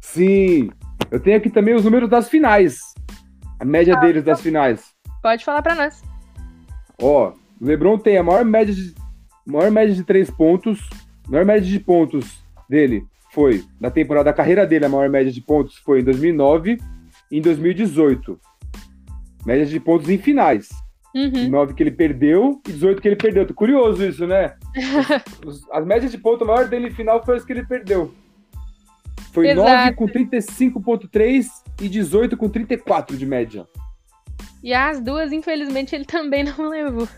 [SPEAKER 2] Sim. Eu tenho aqui também os números das finais. A média
[SPEAKER 1] Ah,
[SPEAKER 2] deles
[SPEAKER 1] então-
[SPEAKER 2] das finais.
[SPEAKER 1] Pode falar pra nós.
[SPEAKER 2] Ó, o LeBron tem a maior média de maior média de 3 pontos. A maior média de pontos dele foi na temporada da carreira dele, a maior média de pontos foi em 2009 e em 2018. Média de pontos em finais.
[SPEAKER 1] Uhum.
[SPEAKER 2] 9 que ele perdeu e 18 que ele perdeu. Tô curioso isso, né? Os- as médias de ponto maior dele em final foi as que ele perdeu. Foi
[SPEAKER 1] Exato.
[SPEAKER 2] 9 com 35.3 e 18 com 34 de média.
[SPEAKER 1] E as duas, infelizmente, ele também não levou.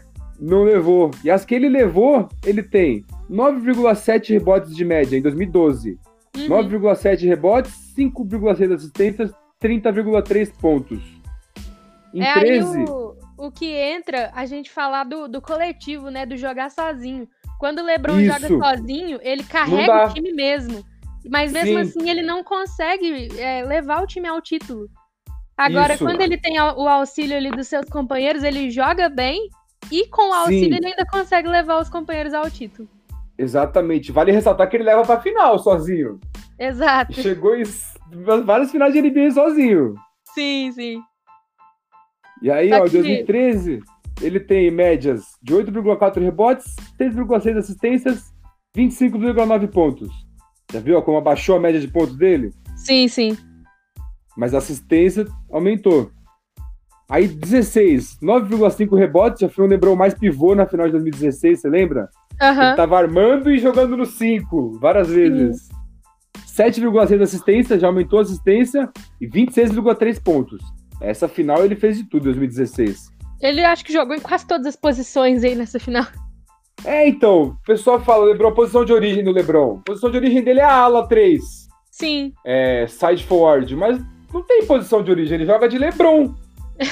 [SPEAKER 2] Não levou. E as que ele levou, ele tem 9,7 rebotes de média em 2012.
[SPEAKER 1] Uhum.
[SPEAKER 2] 9,7 rebotes, 5,6 assistências, 30,3 pontos. Em
[SPEAKER 1] é
[SPEAKER 2] 13,
[SPEAKER 1] aí o, o que entra a gente falar do, do coletivo, né? Do jogar sozinho. Quando o Lebron
[SPEAKER 2] Isso.
[SPEAKER 1] joga sozinho, ele
[SPEAKER 2] dá.
[SPEAKER 1] carrega o time mesmo. Mas mesmo
[SPEAKER 2] Sim.
[SPEAKER 1] assim, ele não consegue é, levar o time ao título. Agora,
[SPEAKER 2] Isso.
[SPEAKER 1] quando ele tem a- o auxílio ali dos seus companheiros, ele joga bem E com o auxílio
[SPEAKER 2] Sim.
[SPEAKER 1] ele ainda consegue levar os companheiros ao título.
[SPEAKER 2] Exatamente. Vale ressaltar que ele leva pra final sozinho.
[SPEAKER 1] Exato.
[SPEAKER 2] Chegou em várias finais de NBA sozinho.
[SPEAKER 1] Sim, sim.
[SPEAKER 2] E aí,
[SPEAKER 1] Só
[SPEAKER 2] ó, em
[SPEAKER 1] que-
[SPEAKER 2] 2013, ele tem médias de 8,4 rebotes, 3,6 assistências, 25,9 pontos. Já viu ó, como abaixou a média de pontos dele?
[SPEAKER 1] Sim, sim.
[SPEAKER 2] Mas a assistência aumentou. Aí, 16, 9,5 rebotes, já foi um lembrou mais pivô na final de 2016, você lembra?
[SPEAKER 1] Aham.
[SPEAKER 2] Ele tá tava armando e jogando no 5 várias vezes. 7,6 assistência, já aumentou a assistência e 26,3 pontos. Essa final ele fez de tudo em 2016.
[SPEAKER 1] Ele acho que jogou em quase todas as posições aí nessa final.
[SPEAKER 2] É, então, o pessoal fala, Lebron, posição de origem do Lebron. A posição de origem dele é a ala 3,
[SPEAKER 1] Sim.
[SPEAKER 2] é, side forward, mas não tem posição de origem, ele joga de Lebron.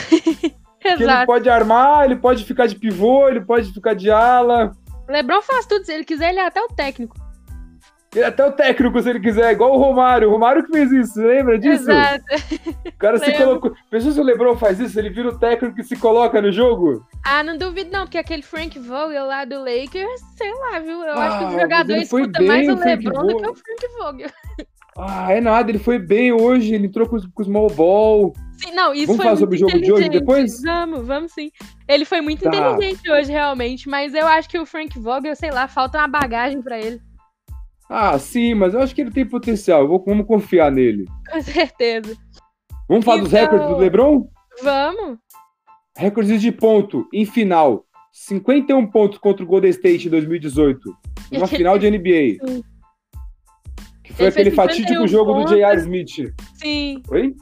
[SPEAKER 2] Que ele
[SPEAKER 1] Exato.
[SPEAKER 2] pode armar, ele pode ficar de pivô, ele pode ficar de ala.
[SPEAKER 1] Lebron faz tudo. Se ele quiser, ele é até o técnico.
[SPEAKER 2] Ele é até o técnico, se ele quiser, igual o Romário. O Romário que fez isso, lembra disso?
[SPEAKER 1] Exato.
[SPEAKER 2] O cara se
[SPEAKER 1] Lembro.
[SPEAKER 2] colocou. Pensou se o Lebron faz isso? Ele vira o técnico que se coloca no jogo?
[SPEAKER 1] Ah, não duvido não, porque aquele Frank Vogel lá do Lakers, sei lá, viu? Eu acho que
[SPEAKER 2] Ah,
[SPEAKER 1] o
[SPEAKER 2] mas
[SPEAKER 1] jogador
[SPEAKER 2] ele foi
[SPEAKER 1] escuta
[SPEAKER 2] bem,
[SPEAKER 1] mais o
[SPEAKER 2] o Frank
[SPEAKER 1] LeBron do que
[SPEAKER 2] Vogel.
[SPEAKER 1] o Frank Vogel.
[SPEAKER 2] Ah, é nada, ele foi bem hoje, ele entrou com os, com os small ball.
[SPEAKER 1] Sim, não, isso
[SPEAKER 2] Vamos
[SPEAKER 1] foi
[SPEAKER 2] falar
[SPEAKER 1] muito
[SPEAKER 2] sobre o jogo de hoje
[SPEAKER 1] inteligente.
[SPEAKER 2] depois?
[SPEAKER 1] Vamos, vamos sim. Ele foi muito
[SPEAKER 2] Tá.
[SPEAKER 1] inteligente hoje, realmente, mas eu acho que o Frank Vogel, sei lá, falta uma bagagem pra ele.
[SPEAKER 2] Ah, sim, mas eu acho que ele tem potencial. eu Vou, vamos confiar nele.
[SPEAKER 1] Com certeza.
[SPEAKER 2] Vamos falar dos
[SPEAKER 1] Então-
[SPEAKER 2] recordes do Lebron?
[SPEAKER 1] Vamos?
[SPEAKER 2] Recordes de ponto em final. 51 pontos contra o Golden State em 2018. Numa final de NBA.
[SPEAKER 1] Sim.
[SPEAKER 2] Que foi
[SPEAKER 1] Ele fez
[SPEAKER 2] aquele fatídico
[SPEAKER 1] 51
[SPEAKER 2] jogo do
[SPEAKER 1] pontos.
[SPEAKER 2] J.R. Smith.
[SPEAKER 1] Sim.
[SPEAKER 2] Oi?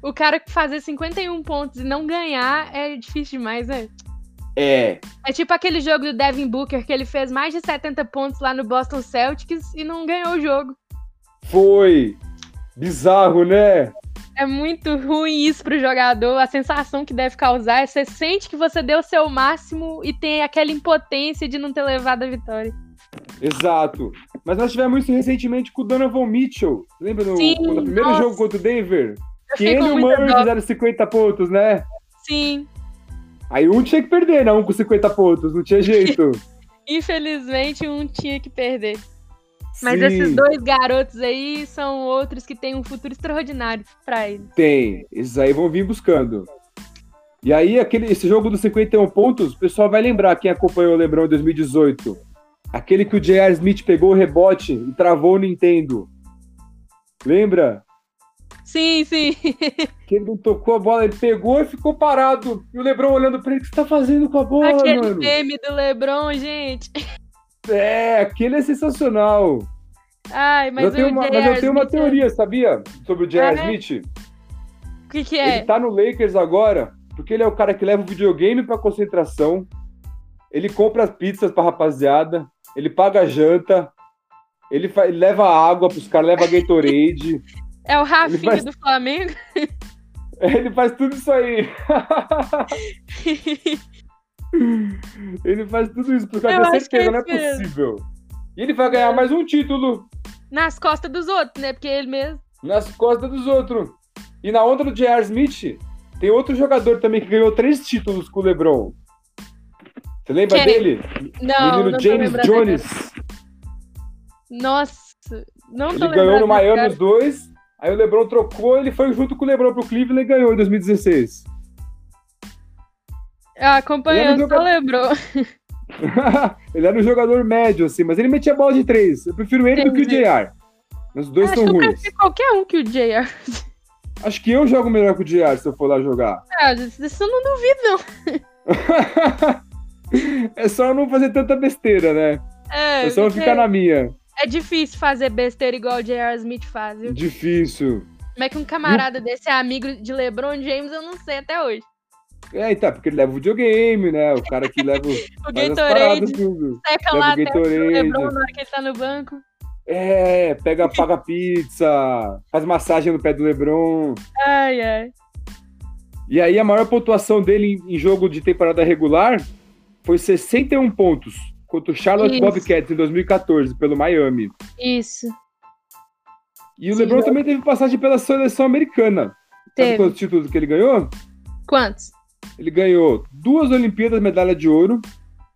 [SPEAKER 1] O cara fazer 51 pontos e não ganhar é difícil demais, né?
[SPEAKER 2] É.
[SPEAKER 1] É tipo aquele jogo do Devin Booker que ele fez mais de 70 pontos lá no Boston Celtics e não ganhou o jogo.
[SPEAKER 2] Foi. Bizarro, né?
[SPEAKER 1] É muito ruim isso pro jogador. A sensação que deve causar é você sente que você deu o seu máximo e tem aquela impotência de não ter levado a vitória.
[SPEAKER 2] Exato. Mas nós tivemos isso recentemente com o Donovan Mitchell. Lembra no,
[SPEAKER 1] Sim,
[SPEAKER 2] quando o primeiro
[SPEAKER 1] nossa.
[SPEAKER 2] jogo contra o Denver? Que
[SPEAKER 1] fiquei
[SPEAKER 2] ele
[SPEAKER 1] com
[SPEAKER 2] e o
[SPEAKER 1] muita
[SPEAKER 2] Murray
[SPEAKER 1] dó.
[SPEAKER 2] fizeram 50 pontos, né?
[SPEAKER 1] Sim,
[SPEAKER 2] Aí um tinha que perder, né? Um com 50 pontos, não tinha jeito.
[SPEAKER 1] infelizmente um tinha que perder. Mas
[SPEAKER 2] Sim,
[SPEAKER 1] esses dois garotos aí são outros que têm um futuro extraordinário pra eles.
[SPEAKER 2] Tem. Esses aí vão vir buscando. E aí, aquele, esse jogo dos 51 pontos, o pessoal vai lembrar quem acompanhou o Lebron em 2018. Aquele que o J.R. Smith pegou o rebote e travou o Nintendo. Lembra?
[SPEAKER 1] Sim, sim.
[SPEAKER 2] que ele não tocou a bola, ele pegou e ficou parado. E o Lebron olhando pra ele, o que você tá fazendo com a bola,
[SPEAKER 1] Aquele
[SPEAKER 2] mano?
[SPEAKER 1] meme do Lebron, gente.
[SPEAKER 2] É, aquele é sensacional.
[SPEAKER 1] Ai, mas
[SPEAKER 2] eu tenho
[SPEAKER 1] o
[SPEAKER 2] uma, mas
[SPEAKER 1] J.R.
[SPEAKER 2] eu tenho uma
[SPEAKER 1] Smith, é-
[SPEAKER 2] teoria, sabia? Sobre o J.R.
[SPEAKER 1] Ah, é?
[SPEAKER 2] Smith.
[SPEAKER 1] O que, que é?
[SPEAKER 2] Ele tá no Lakers agora, porque ele é o cara que leva o videogame pra concentração, ele compra as pizzas pra rapaziada, ele paga a janta, ele, fa- ele leva água pros caras, leva Gatorade,
[SPEAKER 1] É o Rafinha
[SPEAKER 2] faz-
[SPEAKER 1] do Flamengo?
[SPEAKER 2] ele faz tudo isso aí. Ele faz tudo isso por causa
[SPEAKER 1] Eu
[SPEAKER 2] da
[SPEAKER 1] acho que é
[SPEAKER 2] certeza, não
[SPEAKER 1] isso mesmo.
[SPEAKER 2] é
[SPEAKER 1] É.
[SPEAKER 2] possível. E ele vai ganhar mais um título
[SPEAKER 1] Nas costas dos outros, né? Porque ele mesmo.
[SPEAKER 2] nas costas dos outros. E na onda do J.R. Smith, tem outro jogador também que ganhou três títulos com o LeBron. Você lembra
[SPEAKER 1] Quem?
[SPEAKER 2] dele?
[SPEAKER 1] Não,
[SPEAKER 2] Menino
[SPEAKER 1] não tô
[SPEAKER 2] James
[SPEAKER 1] lembrando
[SPEAKER 2] Jones.
[SPEAKER 1] Nossa, não tô
[SPEAKER 2] Ele ganhou
[SPEAKER 1] lembrando
[SPEAKER 2] no
[SPEAKER 1] desse
[SPEAKER 2] Miami
[SPEAKER 1] cara.
[SPEAKER 2] os dois. Aí o LeBron trocou, ele foi junto com o LeBron pro Cleveland e ganhou em 2016.
[SPEAKER 1] Ah, acompanhando,
[SPEAKER 2] Lembra do
[SPEAKER 1] só lembrou.
[SPEAKER 2] ele era um jogador médio, assim, mas ele metia bola de três. Eu prefiro ele do que o
[SPEAKER 1] Entendi.
[SPEAKER 2] J.R. Mas os dois
[SPEAKER 1] Acho
[SPEAKER 2] são
[SPEAKER 1] que eu
[SPEAKER 2] ruins.
[SPEAKER 1] prefiro qualquer um que o JR.
[SPEAKER 2] Acho que eu jogo melhor que o J.R. se eu for lá jogar.
[SPEAKER 1] Ah, Isso eu não duvido.
[SPEAKER 2] é só não fazer tanta besteira, né?
[SPEAKER 1] É,
[SPEAKER 2] É só
[SPEAKER 1] porque
[SPEAKER 2] ficar na minha.
[SPEAKER 1] é difícil fazer besteira igual o J.R. Smith faz, viu?
[SPEAKER 2] Difícil.
[SPEAKER 1] Como é que um
[SPEAKER 2] Hum.
[SPEAKER 1] camarada desse é amigo de LeBron James, eu não sei até hoje.
[SPEAKER 2] É, e tá, porque ele leva o videogame, né? O cara que leva
[SPEAKER 1] O
[SPEAKER 2] faz as paradas,
[SPEAKER 1] Gatorade
[SPEAKER 2] tudo.
[SPEAKER 1] seca lá
[SPEAKER 2] Leva o
[SPEAKER 1] até o LeBron
[SPEAKER 2] Gatorade.
[SPEAKER 1] na hora que ele tá no banco.
[SPEAKER 2] É, pega, paga pizza, faz massagem no pé do Lebron.
[SPEAKER 1] Ai, ai.
[SPEAKER 2] E aí a maior pontuação dele em em jogo de temporada regular foi 61 pontos contra o Charlotte
[SPEAKER 1] Isso.
[SPEAKER 2] Bobcats em 2014 pelo Miami.
[SPEAKER 1] Isso.
[SPEAKER 2] E o
[SPEAKER 1] Sim,
[SPEAKER 2] LeBron
[SPEAKER 1] né?
[SPEAKER 2] também teve passagem pela seleção americana. Sabe
[SPEAKER 1] Teve.
[SPEAKER 2] quantos títulos que ele ganhou?
[SPEAKER 1] Quantos?
[SPEAKER 2] Ele ganhou duas Olimpíadas medalha de ouro,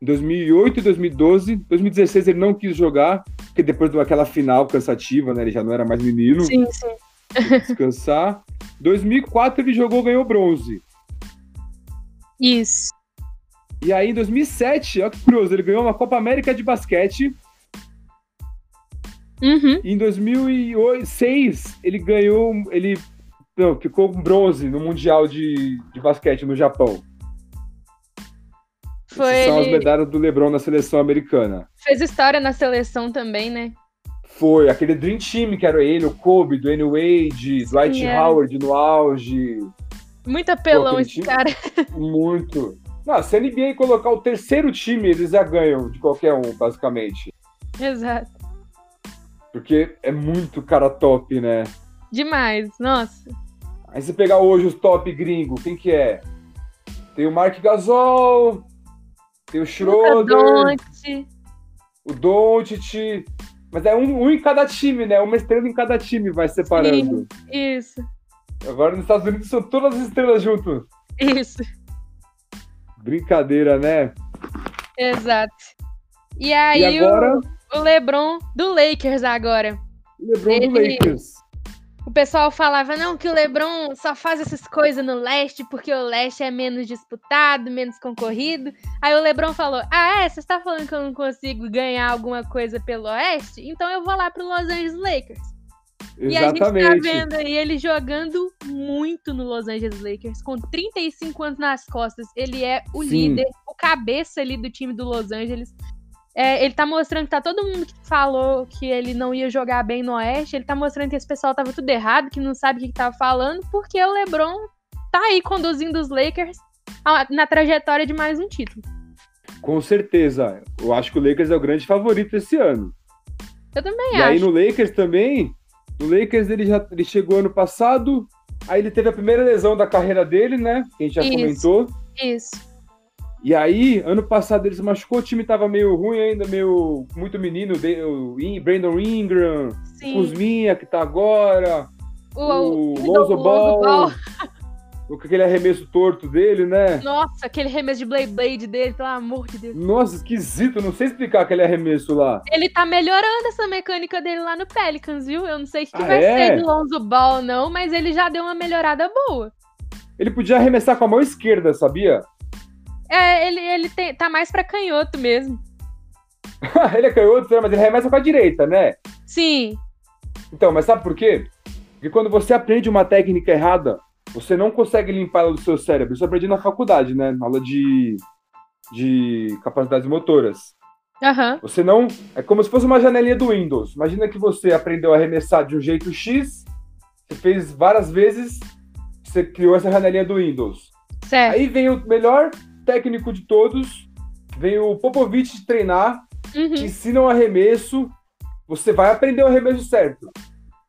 [SPEAKER 2] em 2008 e 2012. 2016 ele não quis jogar, porque depois daquela final cansativa, né? Ele já não era mais menino.
[SPEAKER 1] Sim, sim.
[SPEAKER 2] Descansar. 2004 ele jogou, ganhou bronze.
[SPEAKER 1] Isso.
[SPEAKER 2] E aí em 2007, olha que curioso, ele ganhou uma Copa América de basquete.
[SPEAKER 1] Uhum.
[SPEAKER 2] E em 2006 ele ganhou, um, ele não, ficou com bronze no Mundial de, de basquete no Japão.
[SPEAKER 1] Foi
[SPEAKER 2] Essas são as
[SPEAKER 1] ele
[SPEAKER 2] medalhas do LeBron na seleção americana.
[SPEAKER 1] fez história na seleção também, né?
[SPEAKER 2] Foi aquele Dream Team que era ele, o Kobe, Dwayne Wade, Dwight
[SPEAKER 1] era.
[SPEAKER 2] Howard no auge.
[SPEAKER 1] Muito apelão
[SPEAKER 2] Pô, aquele
[SPEAKER 1] esse
[SPEAKER 2] time-
[SPEAKER 1] cara.
[SPEAKER 2] Muito. Não, se a NBA colocar o terceiro time, eles já ganham de qualquer um, basicamente.
[SPEAKER 1] Exato.
[SPEAKER 2] Porque é muito cara top, né?
[SPEAKER 1] Demais, nossa.
[SPEAKER 2] Aí se pegar hoje os top gringo, quem que é? Tem o Mark Gasol, tem o Schroeder,
[SPEAKER 1] Donte.
[SPEAKER 2] o Doncic. Mas é um, um em cada time, né? Uma estrela em cada time vai separando.
[SPEAKER 1] Isso,
[SPEAKER 2] Agora nos Estados Unidos são todas as estrelas juntas.
[SPEAKER 1] isso.
[SPEAKER 2] Brincadeira, né?
[SPEAKER 1] Exato. E aí
[SPEAKER 2] e agora,
[SPEAKER 1] o, o LeBron do Lakers agora.
[SPEAKER 2] LeBron do
[SPEAKER 1] ele-
[SPEAKER 2] Lakers.
[SPEAKER 1] O pessoal falava, não, que o LeBron só faz essas coisas no leste porque o leste é menos disputado, menos concorrido. Aí o LeBron falou: Ah, é? Você está falando que eu não consigo ganhar alguma coisa pelo oeste? Então eu vou lá pro Los Angeles Lakers. E a gente tá
[SPEAKER 2] Exatamente.
[SPEAKER 1] vendo aí ele jogando muito no Los Angeles Lakers, com 35 anos nas costas. Ele é o
[SPEAKER 2] Sim.
[SPEAKER 1] líder, o cabeça ali do time do Los Angeles. É, ele tá mostrando que tá todo mundo que falou que ele não ia jogar bem no Oeste, ele tá mostrando que esse pessoal tava tudo errado, que não sabe o que, que tava falando, porque o LeBron tá aí conduzindo os Lakers a- na trajetória de mais um título.
[SPEAKER 2] Com certeza. Eu acho que o Lakers é o grande favorito esse ano.
[SPEAKER 1] Eu também
[SPEAKER 2] e aí
[SPEAKER 1] acho.
[SPEAKER 2] no Lakers também, no Lakers ele já ele chegou ano passado, aí ele teve a primeira lesão da carreira dele, né? Que a gente já
[SPEAKER 1] Isso.
[SPEAKER 2] comentou.
[SPEAKER 1] Isso.
[SPEAKER 2] E aí, ano passado ele se machucou, o time tava meio ruim ainda, meio muito menino, de- o In- Brandon Ingram,
[SPEAKER 1] Sim.
[SPEAKER 2] Kuzminha que tá agora,
[SPEAKER 1] O,
[SPEAKER 2] o,
[SPEAKER 1] o-
[SPEAKER 2] Lonzo
[SPEAKER 1] o Lonzo
[SPEAKER 2] Ball,
[SPEAKER 1] Ball.
[SPEAKER 2] com aquele arremesso torto dele, né?
[SPEAKER 1] Nossa, aquele remesso de Blade Blade dele, pelo amor de Deus.
[SPEAKER 2] Nossa, esquisito, não sei explicar aquele arremesso lá.
[SPEAKER 1] Ele tá melhorando essa mecânica dele lá no Pelicans, viu? Eu não sei o que, que
[SPEAKER 2] Ah,
[SPEAKER 1] vai
[SPEAKER 2] é?
[SPEAKER 1] ser do Lonzo Ball, não, mas ele já deu uma melhorada boa.
[SPEAKER 2] Ele podia arremessar com a mão esquerda, sabia?
[SPEAKER 1] É, ele, ele tem- tá mais pra canhoto mesmo.
[SPEAKER 2] ele é canhoto, né, mas ele arremessa com a direita, né?
[SPEAKER 1] Sim,
[SPEAKER 2] Então, mas sabe por quê? Porque quando você aprende uma técnica errada, você não consegue limpar ela do seu cérebro. Isso eu aprendi na faculdade, né? Na aula de, de capacidades motoras.
[SPEAKER 1] aham,
[SPEAKER 2] Você não. É como se fosse uma janelinha do Windows. Imagina que você aprendeu a arremessar de um jeito X, você fez várias vezes, você criou essa janelinha do Windows.
[SPEAKER 1] certo.
[SPEAKER 2] Aí vem o melhor técnico de todos, vem o Popovich de treinar, te
[SPEAKER 1] Uhum.
[SPEAKER 2] ensinam um arremesso, você vai aprender o arremesso certo.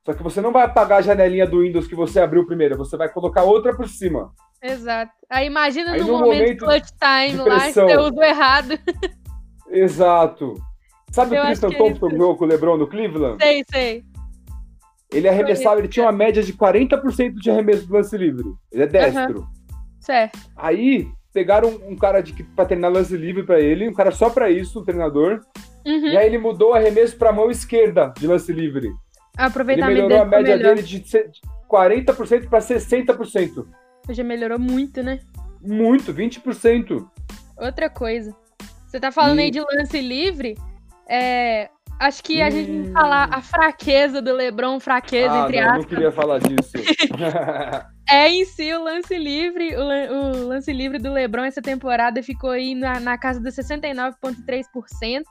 [SPEAKER 2] Só que você não vai apagar a janelinha do Windows que você abriu primeiro, você vai colocar outra por cima.
[SPEAKER 1] Exato. Aí imagina
[SPEAKER 2] Aí
[SPEAKER 1] no
[SPEAKER 2] no
[SPEAKER 1] momento,
[SPEAKER 2] momento
[SPEAKER 1] clutch time
[SPEAKER 2] de
[SPEAKER 1] lá, se
[SPEAKER 2] pressão.
[SPEAKER 1] você usa errado.
[SPEAKER 2] Exato. Sabe
[SPEAKER 1] Eu
[SPEAKER 2] o
[SPEAKER 1] acho
[SPEAKER 2] Tristan
[SPEAKER 1] que é
[SPEAKER 2] Thompson que jogou com o LeBron no Cleveland?
[SPEAKER 1] Sei, sei.
[SPEAKER 2] Ele arremessava, ele tinha uma média de 40% de arremesso do lance livre. Ele é destro.
[SPEAKER 1] Certo.
[SPEAKER 2] Aí pegaram um cara de que- pra treinar lance livre pra ele, um cara só pra isso, um treinador.
[SPEAKER 1] Uhum.
[SPEAKER 2] E aí ele mudou o arremesso pra mão esquerda de lance livre. Ele
[SPEAKER 1] Aproveitamento
[SPEAKER 2] melhorou
[SPEAKER 1] dele
[SPEAKER 2] a
[SPEAKER 1] ficou
[SPEAKER 2] média
[SPEAKER 1] melhor.
[SPEAKER 2] dele de se- de 40% pra 60%.
[SPEAKER 1] Já melhorou muito, né?
[SPEAKER 2] Muito, 20%.
[SPEAKER 1] Outra coisa. Você tá falando
[SPEAKER 2] E-
[SPEAKER 1] aí de lance livre? É, acho que a gente tem
[SPEAKER 2] Hum.
[SPEAKER 1] que falar a fraqueza do Lebron, fraqueza,
[SPEAKER 2] ah,
[SPEAKER 1] entre
[SPEAKER 2] não,
[SPEAKER 1] aspas.
[SPEAKER 2] não queria falar disso.
[SPEAKER 1] É em si o lance livre. O, lan- o lance livre do Lebron essa temporada ficou aí na, na casa dos 69,3%.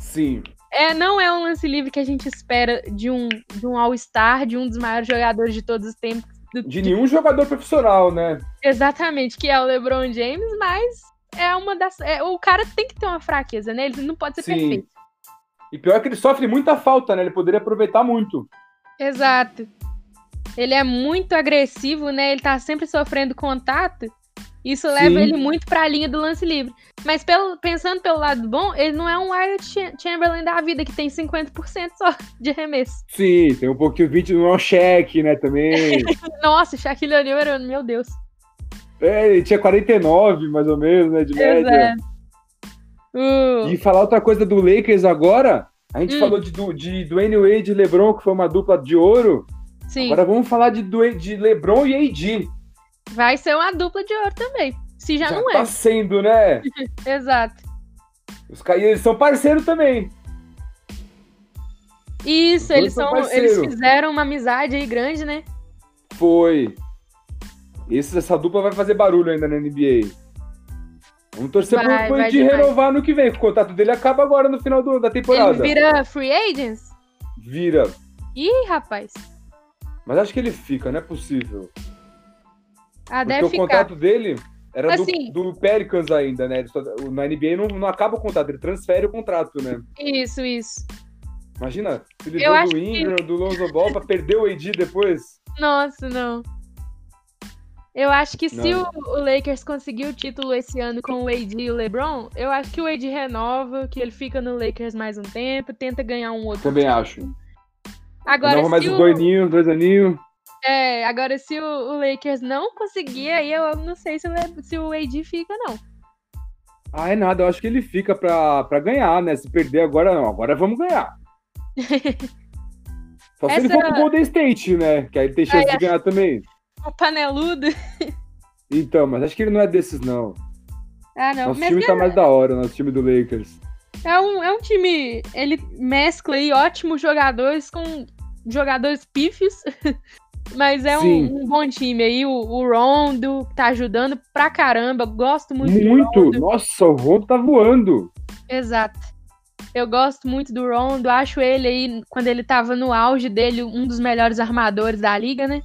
[SPEAKER 2] Sim,
[SPEAKER 1] É, não é um lance livre que a gente espera de um, de um All-Star, de um dos maiores jogadores de todos os tempos. do-
[SPEAKER 2] de nenhum jogador profissional, né?
[SPEAKER 1] Exatamente, que é o LeBron James, mas é uma das. é, o cara tem que ter uma fraqueza, né? Ele não pode ser
[SPEAKER 2] Sim.
[SPEAKER 1] perfeito.
[SPEAKER 2] E pior é que ele sofre muita falta, né? Ele poderia aproveitar muito.
[SPEAKER 1] Exato. Ele é muito agressivo, né? Ele tá sempre sofrendo contato. Isso leva
[SPEAKER 2] Sim.
[SPEAKER 1] ele muito pra linha do lance livre. Mas pelo- pensando pelo lado bom, ele não é um Wild Cha- Chamberlain da vida, que tem 50% só de arremesso.
[SPEAKER 2] Sim, tem um pouquinho 20 não é um cheque, né? Também.
[SPEAKER 1] Nossa, Shaquille O'Neal, era- meu Deus.
[SPEAKER 2] É, ele tinha 49, mais ou menos, né? De média.
[SPEAKER 1] Exato. O-
[SPEAKER 2] E falar outra coisa do Lakers agora. A gente
[SPEAKER 1] Hum.
[SPEAKER 2] falou de, du- de Dwayne Wade e LeBron, que foi uma dupla de ouro.
[SPEAKER 1] Sim,
[SPEAKER 2] Agora vamos falar de, Dwayne- de LeBron e AD.
[SPEAKER 1] vai ser uma dupla de ouro também. Se já, Ah, não
[SPEAKER 2] tá sendo, né?
[SPEAKER 1] é. Exato.
[SPEAKER 2] Os ca- e eles são parceiros também.
[SPEAKER 1] Isso,
[SPEAKER 2] dois
[SPEAKER 1] eles,
[SPEAKER 2] são
[SPEAKER 1] são, eles
[SPEAKER 2] parceiro.
[SPEAKER 1] fizeram uma amizade aí grande, né?
[SPEAKER 2] Foi. Esse- essa dupla vai fazer barulho ainda na NBA. Vamos torcer
[SPEAKER 1] Vai,
[SPEAKER 2] pro
[SPEAKER 1] vai
[SPEAKER 2] Wade
[SPEAKER 1] demais.
[SPEAKER 2] renovar no que vem. que O contrato dele acaba agora no final do- da
[SPEAKER 1] Ele
[SPEAKER 2] temporada.
[SPEAKER 1] vira free agents?
[SPEAKER 2] Vira.
[SPEAKER 1] Ih, rapaz.
[SPEAKER 2] Mas acho que ele fica, não é possível.
[SPEAKER 1] Ah,
[SPEAKER 2] Porque
[SPEAKER 1] deve
[SPEAKER 2] o
[SPEAKER 1] ficar.
[SPEAKER 2] contrato dele era do-
[SPEAKER 1] Assim.
[SPEAKER 2] do, Pelicans ainda, né? Ele só- o- na NBA não, não acaba o contrato, ele transfere o contrato, né?
[SPEAKER 1] Isso, isso.
[SPEAKER 2] Imagina, se
[SPEAKER 1] Eu
[SPEAKER 2] livrou
[SPEAKER 1] acho
[SPEAKER 2] do
[SPEAKER 1] que-
[SPEAKER 2] Ingram, do Lonzo Ball pra perder o AD depois.
[SPEAKER 1] Nossa, não. Eu acho que se
[SPEAKER 2] Não.
[SPEAKER 1] o, o Lakers conseguir o título esse ano com o AD e o LeBron, eu acho que o AD renova, que ele fica no Lakers mais um tempo, tenta ganhar um outro.
[SPEAKER 2] Também acho.
[SPEAKER 1] Agora,
[SPEAKER 2] Renova mais
[SPEAKER 1] se
[SPEAKER 2] uns
[SPEAKER 1] o,
[SPEAKER 2] dois ninhos, dois aninhos.
[SPEAKER 1] é, agora, se o, o Lakers não conseguir, aí eu não sei se o, Le- se o AD fica, não.
[SPEAKER 2] Ah, é nada, eu acho que ele fica pra, pra ganhar, né? Se perder agora, não. Agora vamos ganhar.
[SPEAKER 1] Essa-
[SPEAKER 2] Só se ele
[SPEAKER 1] Ah, é.
[SPEAKER 2] for pro Golden State, né? Que aí ele tem chance de ganhar também.
[SPEAKER 1] O paneludo.
[SPEAKER 2] Então, mas acho que ele não é desses, não.
[SPEAKER 1] Ah, não.
[SPEAKER 2] Nosso
[SPEAKER 1] Mas
[SPEAKER 2] time tá mais da hora, nosso time do Lakers.
[SPEAKER 1] É um, é um time. Ele mescla aí ótimos jogadores com jogadores pífios. Mas é
[SPEAKER 2] Sim.
[SPEAKER 1] um, um bom time aí. O, o Rondo tá ajudando pra caramba. Gosto muito, do
[SPEAKER 2] Muito!
[SPEAKER 1] Rondo.
[SPEAKER 2] Nossa, o Rondo tá voando.
[SPEAKER 1] Exato. Eu gosto muito do Rondo. Acho ele aí, quando ele tava no auge dele, um dos melhores armadores da liga, né?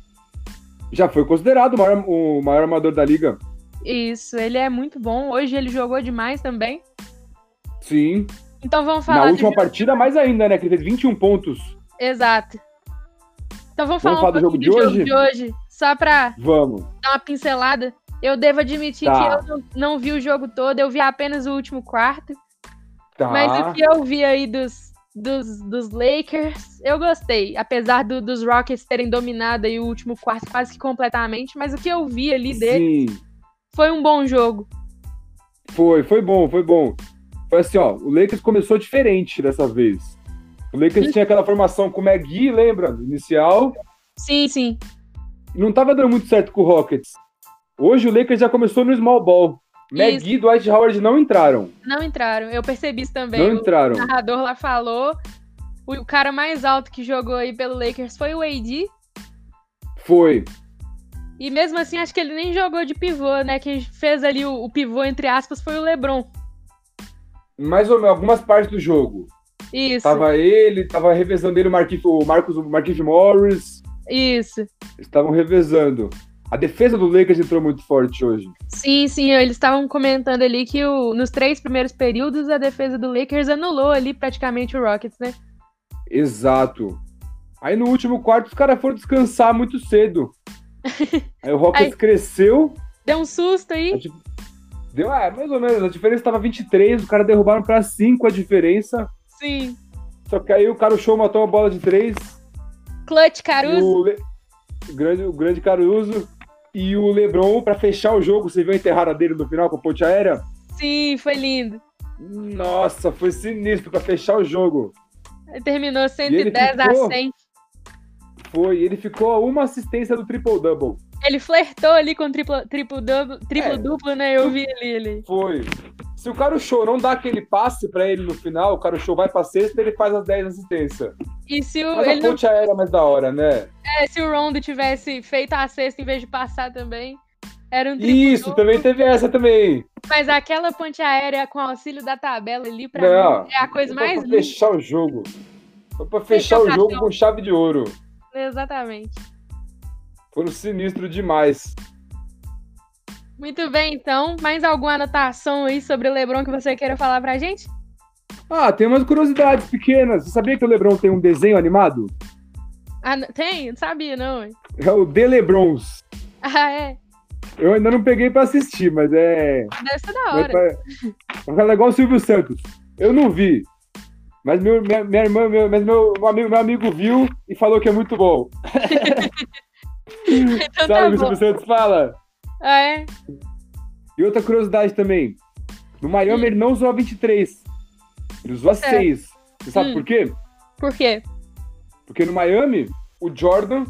[SPEAKER 2] Já foi considerado o maior, o maior armador da liga.
[SPEAKER 1] Isso, ele é muito bom. Hoje ele jogou demais também.
[SPEAKER 2] Sim.
[SPEAKER 1] Então vamos
[SPEAKER 2] Na
[SPEAKER 1] falar. do-
[SPEAKER 2] última partida, mais ainda, né? Que ele fez 21 pontos.
[SPEAKER 1] Exato. Então vamos, falar
[SPEAKER 2] Vamos
[SPEAKER 1] um
[SPEAKER 2] falar do jogo
[SPEAKER 1] pouquinho
[SPEAKER 2] de
[SPEAKER 1] do jogo de hoje. Só pra
[SPEAKER 2] Vamos.
[SPEAKER 1] dar uma pincelada. Eu devo admitir
[SPEAKER 2] Tá.
[SPEAKER 1] que eu não, não vi o jogo todo, eu vi apenas o último quarto.
[SPEAKER 2] Tá.
[SPEAKER 1] Mas o que eu vi aí dos, dos, dos Lakers, eu gostei. Apesar do- dos Rockets terem dominado aí o último quarto quase que completamente, mas o que eu vi ali dele
[SPEAKER 2] Sim.
[SPEAKER 1] foi um bom jogo.
[SPEAKER 2] Foi, foi bom, foi bom. Foi assim, ó, o Lakers começou diferente dessa vez. O Lakers tinha aquela formação com o McGee, lembra? Inicial.
[SPEAKER 1] Sim, sim.
[SPEAKER 2] E não tava dando muito certo com o Rockets. Hoje o Lakers já começou no small ball. McGee e Dwight Howard não entraram.
[SPEAKER 1] Não entraram. Eu percebi isso também.
[SPEAKER 2] Não
[SPEAKER 1] O-
[SPEAKER 2] entraram.
[SPEAKER 1] O narrador lá falou. O o cara mais alto que jogou aí pelo Lakers foi o AD.
[SPEAKER 2] Foi.
[SPEAKER 1] E mesmo assim, acho que ele nem jogou de pivô, né? Quem fez ali o, o pivô, entre aspas, foi o LeBron.
[SPEAKER 2] Mais ou menos algumas partes do jogo.
[SPEAKER 1] Isso,
[SPEAKER 2] Tava ele, tava revezando ele o, Marquif, o Marcos o Marquinhos Morris.
[SPEAKER 1] isso.
[SPEAKER 2] Eles estavam revezando. A defesa do Lakers entrou muito forte hoje.
[SPEAKER 1] Sim, sim, eles estavam comentando ali que o- nos três primeiros períodos a defesa do Lakers anulou ali praticamente o Rockets, né?
[SPEAKER 2] Exato. Aí no último quarto os caras foram descansar muito cedo. Aí o Rockets
[SPEAKER 1] Aí.
[SPEAKER 2] cresceu.
[SPEAKER 1] Deu um susto
[SPEAKER 2] a
[SPEAKER 1] aí.
[SPEAKER 2] di- Deu, é, mais ou menos. A diferença tava 23, os caras derrubaram pra 5 a diferença.
[SPEAKER 1] Sim.
[SPEAKER 2] Só que aí o cara show matou uma bola de 3.
[SPEAKER 1] Clutch
[SPEAKER 2] e
[SPEAKER 1] Caruso.
[SPEAKER 2] O, Le- o grande, o grande Caruso. E o Lebron, pra fechar o jogo, você viu a enterrada dele no final com a ponte aérea?
[SPEAKER 1] Sim, foi lindo.
[SPEAKER 2] Nossa, foi sinistro pra fechar o jogo.
[SPEAKER 1] Aí Terminou
[SPEAKER 2] ele
[SPEAKER 1] 110 a
[SPEAKER 2] ficou?
[SPEAKER 1] 100.
[SPEAKER 2] Foi, ele ficou a uma assistência do triple-double.
[SPEAKER 1] Ele flertou ali com triplo, triplo, duplo, triplo
[SPEAKER 2] É.
[SPEAKER 1] duplo, né? Eu vi ele. ele.
[SPEAKER 2] Foi. Se o cara show não dá aquele passe pra ele no final, o cara show vai pra sexta ele faz as 10 assistências.
[SPEAKER 1] E se o,
[SPEAKER 2] Mas a
[SPEAKER 1] ele não
[SPEAKER 2] ponte aérea é mais da hora, né?
[SPEAKER 1] tivesse, o Rondo tivesse feito a sexta em vez de passar também, era um triplo
[SPEAKER 2] Isso, também teve essa também.
[SPEAKER 1] Mas aquela ponte aérea com auxílio da tabela ali, pra
[SPEAKER 2] Não.
[SPEAKER 1] mim, é a coisa
[SPEAKER 2] né? Foi
[SPEAKER 1] mais
[SPEAKER 2] pra
[SPEAKER 1] linda.
[SPEAKER 2] fechar o jogo. Foi pra fechar
[SPEAKER 1] Fechou
[SPEAKER 2] o
[SPEAKER 1] o
[SPEAKER 2] jogo
[SPEAKER 1] cartão.
[SPEAKER 2] com chave de ouro.
[SPEAKER 1] Exatamente.
[SPEAKER 2] Foram sinistro demais.
[SPEAKER 1] Muito bem, então. Mais alguma anotação aí sobre o Lebron que você queira falar pra gente?
[SPEAKER 2] Ah, tem umas curiosidades pequenas. Você sabia que o Lebron tem um desenho animado?
[SPEAKER 1] Ah, n- tem? Não sabia, não. hein?
[SPEAKER 2] É o The Lebrons.
[SPEAKER 1] Ah, é.
[SPEAKER 2] Eu ainda não peguei pra assistir, mas é.
[SPEAKER 1] Deve ser da
[SPEAKER 2] Vai
[SPEAKER 1] hora.
[SPEAKER 2] pra- vai legal o um Silvio Santos. Eu não vi. Mas meu, minha, minha irmã, meu, mas meu, meu amigo, meu amigo viu e falou que é muito bom.
[SPEAKER 1] Então
[SPEAKER 2] Sabe o que
[SPEAKER 1] tá bom.
[SPEAKER 2] o Silvio Santos fala?
[SPEAKER 1] Ah, é?
[SPEAKER 2] E outra curiosidade também. No Miami
[SPEAKER 1] Hum. É.
[SPEAKER 2] ele não usou a 23. Ele usou a 6. Você sabe
[SPEAKER 1] Hum.
[SPEAKER 2] por quê?
[SPEAKER 1] Por quê?
[SPEAKER 2] Porque no Miami, o Jordan,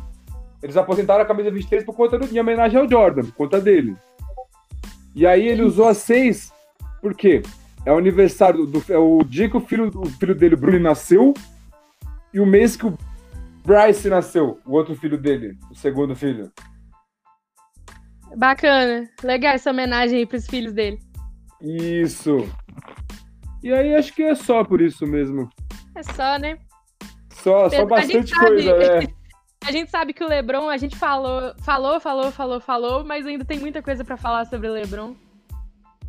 [SPEAKER 2] eles aposentaram a camisa 23 por conta do, em homenagem ao Jordan, por conta dele. E aí ele usou a 6, por quê? É o aniversário do. É o dia que o filho, o filho dele, o Bruno, nasceu, e o mês que o Bryce nasceu, o outro filho dele, o segundo filho.
[SPEAKER 1] Bacana. Legal essa homenagem aí pros filhos dele.
[SPEAKER 2] Isso. E aí acho que é só por isso mesmo.
[SPEAKER 1] É só, né?
[SPEAKER 2] Só, só
[SPEAKER 1] A gente
[SPEAKER 2] bastante
[SPEAKER 1] sabe.
[SPEAKER 2] coisa, né?
[SPEAKER 1] A gente sabe que o LeBron, a gente falou, falou, falou, falou, falou, mas ainda tem muita coisa pra falar sobre o LeBron.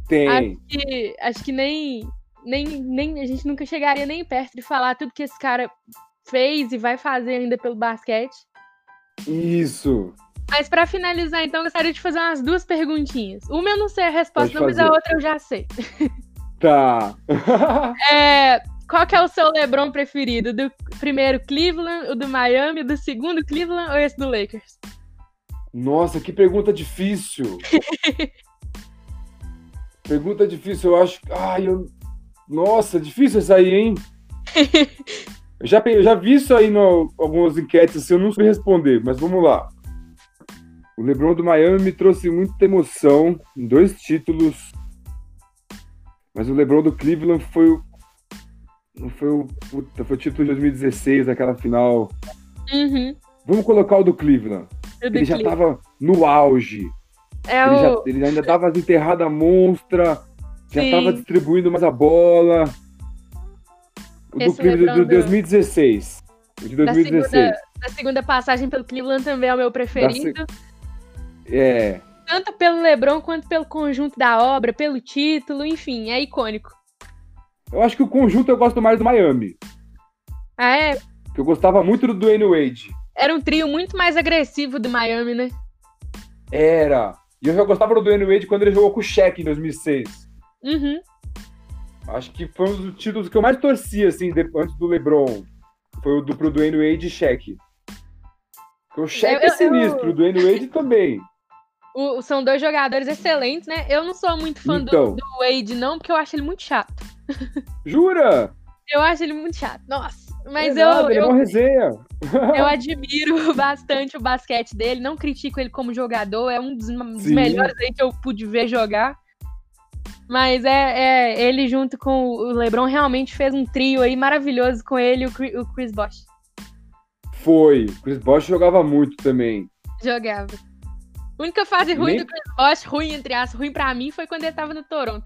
[SPEAKER 2] Tem.
[SPEAKER 1] que acho que nem, nem, nem a gente nunca chegaria nem perto de falar tudo que esse cara fez e vai fazer ainda pelo basquete.
[SPEAKER 2] Isso.
[SPEAKER 1] Mas pra finalizar, então, eu gostaria de fazer umas duas perguntinhas. Uma eu não sei a resposta,
[SPEAKER 2] Pode
[SPEAKER 1] não, mas a
[SPEAKER 2] fazer.
[SPEAKER 1] outra eu já sei.
[SPEAKER 2] Tá.
[SPEAKER 1] É, qual que é o seu LeBron preferido? O Do primeiro Cleveland, o do Miami, o do segundo Cleveland ou esse do Lakers?
[SPEAKER 2] Nossa, que pergunta difícil. pergunta difícil, eu acho. Ai, eu... Nossa, difícil essa aí, hein? eu, já, pe- eu já vi isso aí em algumas enquetes, assim, eu não sei responder, mas vamos lá. O LeBron do Miami me trouxe muita emoção em dois títulos. Mas o LeBron do Cleveland foi o. Não foi o. Puta, foi o título de 2016, aquela final.
[SPEAKER 1] Uhum.
[SPEAKER 2] Vamos colocar o do Cleveland.
[SPEAKER 1] O do
[SPEAKER 2] Ele já
[SPEAKER 1] Cleveland.
[SPEAKER 2] tava no auge.
[SPEAKER 1] É
[SPEAKER 2] Ele, já-
[SPEAKER 1] o.
[SPEAKER 2] ele ainda dava as enterradas monstra, já
[SPEAKER 1] Sim.
[SPEAKER 2] tava distribuindo mais a bola. O do
[SPEAKER 1] Esse
[SPEAKER 2] Cleveland do
[SPEAKER 1] lembrando-
[SPEAKER 2] 2016. O de
[SPEAKER 1] Da
[SPEAKER 2] 2016.
[SPEAKER 1] segunda, da segunda passagem pelo Cleveland também é o meu preferido.
[SPEAKER 2] É,
[SPEAKER 1] tanto pelo LeBron quanto pelo conjunto da obra, pelo título, enfim, é icônico.
[SPEAKER 2] eu acho que o conjunto eu gosto mais do Miami.
[SPEAKER 1] Ah, é?
[SPEAKER 2] Que eu gostava muito do Dwayne Wade.
[SPEAKER 1] Era um trio muito mais agressivo do Miami, né?
[SPEAKER 2] Era. E eu já gostava do Dwayne Wade quando ele jogou com o Shaq em 2006.
[SPEAKER 1] Uhum.
[SPEAKER 2] Acho que foi um dos títulos que eu mais torci, assim, de- antes do LeBron. Foi o do pro Dwayne Wade e Shaq. Porque o Shaq
[SPEAKER 1] Eu-
[SPEAKER 2] é
[SPEAKER 1] eu-
[SPEAKER 2] sinistro, o Dwayne Wade também.
[SPEAKER 1] O- são dois jogadores excelentes, né? Eu não sou muito fã do-
[SPEAKER 2] Então.
[SPEAKER 1] do, Wade, não, porque eu acho ele muito chato.
[SPEAKER 2] Jura?
[SPEAKER 1] Eu acho ele muito chato. Nossa. Mas
[SPEAKER 2] É
[SPEAKER 1] eu,
[SPEAKER 2] nada, ele é
[SPEAKER 1] eu,
[SPEAKER 2] uma resenha.
[SPEAKER 1] eu admiro bastante o basquete dele, não critico ele como jogador, é um dos, dos
[SPEAKER 2] Sim.
[SPEAKER 1] melhores aí que eu pude ver jogar. Mas é, é, ele junto com o LeBron realmente fez um trio aí maravilhoso com ele e o Chris, o Chris Bosh.
[SPEAKER 2] Foi. Chris Bosh jogava muito também.
[SPEAKER 1] Jogava. A única fase ruim
[SPEAKER 2] Nem-
[SPEAKER 1] do Chris Bosh, ruim entre as, ruim pra mim, foi quando ele tava no Toronto.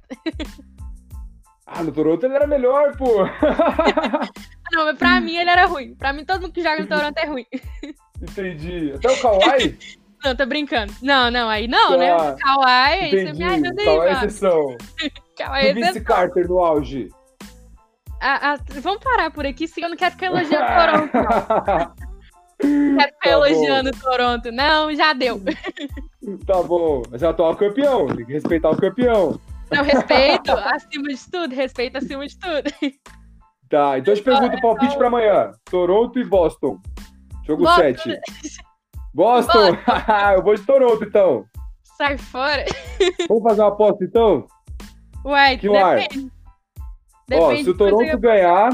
[SPEAKER 2] Ah, no Toronto ele era melhor, pô.
[SPEAKER 1] Ah, Não, mas pra mim ele era ruim. Pra mim todo mundo que joga no Toronto é ruim.
[SPEAKER 2] Entendi. Até o Kawhi?
[SPEAKER 1] Não, tô brincando. Não, não, aí não, né?
[SPEAKER 2] Ah,
[SPEAKER 1] O Kawhi, aí você
[SPEAKER 2] Entendi.
[SPEAKER 1] me ajuda aí, é
[SPEAKER 2] Kawhi é
[SPEAKER 1] mano.
[SPEAKER 2] exceção.
[SPEAKER 1] Kawhi,
[SPEAKER 2] Do
[SPEAKER 1] você
[SPEAKER 2] Vince Carter no auge.
[SPEAKER 1] Ah, ah, vamos parar por aqui, se eu não quero ficar elogiando o Toronto. Não quero ficar
[SPEAKER 2] Ah, Tá bom.
[SPEAKER 1] elogiando o Toronto. Não, já deu.
[SPEAKER 2] tá bom. Mas é o atual campeão. Tem que respeitar o campeão.
[SPEAKER 1] Não, respeito acima de tudo, respeito acima de tudo.
[SPEAKER 2] Tá, então eu te pergunto o palpite pra amanhã. Toronto e Boston. Jogo
[SPEAKER 1] Boston.
[SPEAKER 2] 7. Boston! eu vou de Toronto, então.
[SPEAKER 1] Sai fora.
[SPEAKER 2] Vamos fazer uma aposta, então?
[SPEAKER 1] Uai,
[SPEAKER 2] Que lar?
[SPEAKER 1] depende.
[SPEAKER 2] Ó,
[SPEAKER 1] Depende
[SPEAKER 2] se o
[SPEAKER 1] de quanto
[SPEAKER 2] Toronto
[SPEAKER 1] eu-
[SPEAKER 2] ganhar,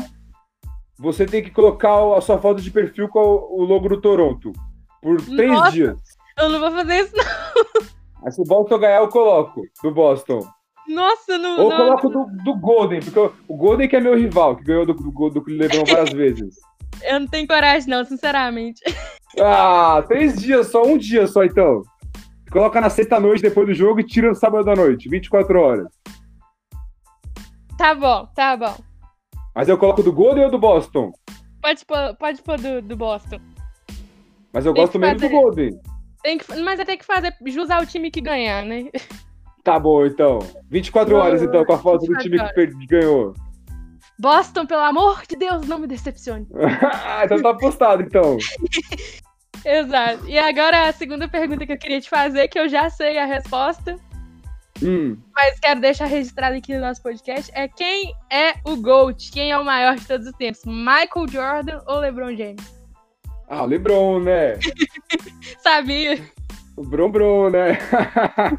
[SPEAKER 2] você tem que colocar o- a sua foto de perfil com o logo do Toronto. Por três
[SPEAKER 1] Nossa.
[SPEAKER 2] dias.
[SPEAKER 1] Eu não vou fazer isso, não.
[SPEAKER 2] Aí se o Boston ganhar, eu coloco do Boston.
[SPEAKER 1] Nossa, não.
[SPEAKER 2] Ou eu
[SPEAKER 1] não-
[SPEAKER 2] coloco do, do Golden, porque o- o Golden que é meu rival, que ganhou do, do, Go- do LeBron várias vezes.
[SPEAKER 1] Eu não tenho coragem, não, sinceramente.
[SPEAKER 2] Ah, três dias só, um dia só então. Coloca na sexta-noite depois do jogo e tira no sábado à noite, 24 horas.
[SPEAKER 1] Tá bom, tá bom.
[SPEAKER 2] Mas eu coloco do Golden ou do Boston?
[SPEAKER 1] Pode pôr, pode pôr do, do Boston.
[SPEAKER 2] Mas eu
[SPEAKER 1] Tem
[SPEAKER 2] gosto
[SPEAKER 1] que
[SPEAKER 2] menos do
[SPEAKER 1] fazer.
[SPEAKER 2] Golden.
[SPEAKER 1] Tem que, mas eu tenho que fazer jus ao time que ganhar, né?
[SPEAKER 2] Tá bom, então. 24 horas, então, com a foto do time
[SPEAKER 1] 24
[SPEAKER 2] que per- que ganhou.
[SPEAKER 1] Boston, pelo amor de Deus, não me decepcione.
[SPEAKER 2] Ah, então tá apostado, então.
[SPEAKER 1] Exato. E agora a segunda pergunta que eu queria te fazer, que eu já sei a resposta,
[SPEAKER 2] Hum,
[SPEAKER 1] mas quero deixar registrado aqui no nosso podcast, é quem é o GOAT? Quem é o maior de todos os tempos? Michael Jordan ou LeBron James?
[SPEAKER 2] Ah, o Lebron, né?
[SPEAKER 1] Sabia?
[SPEAKER 2] O O Brom Brom, né?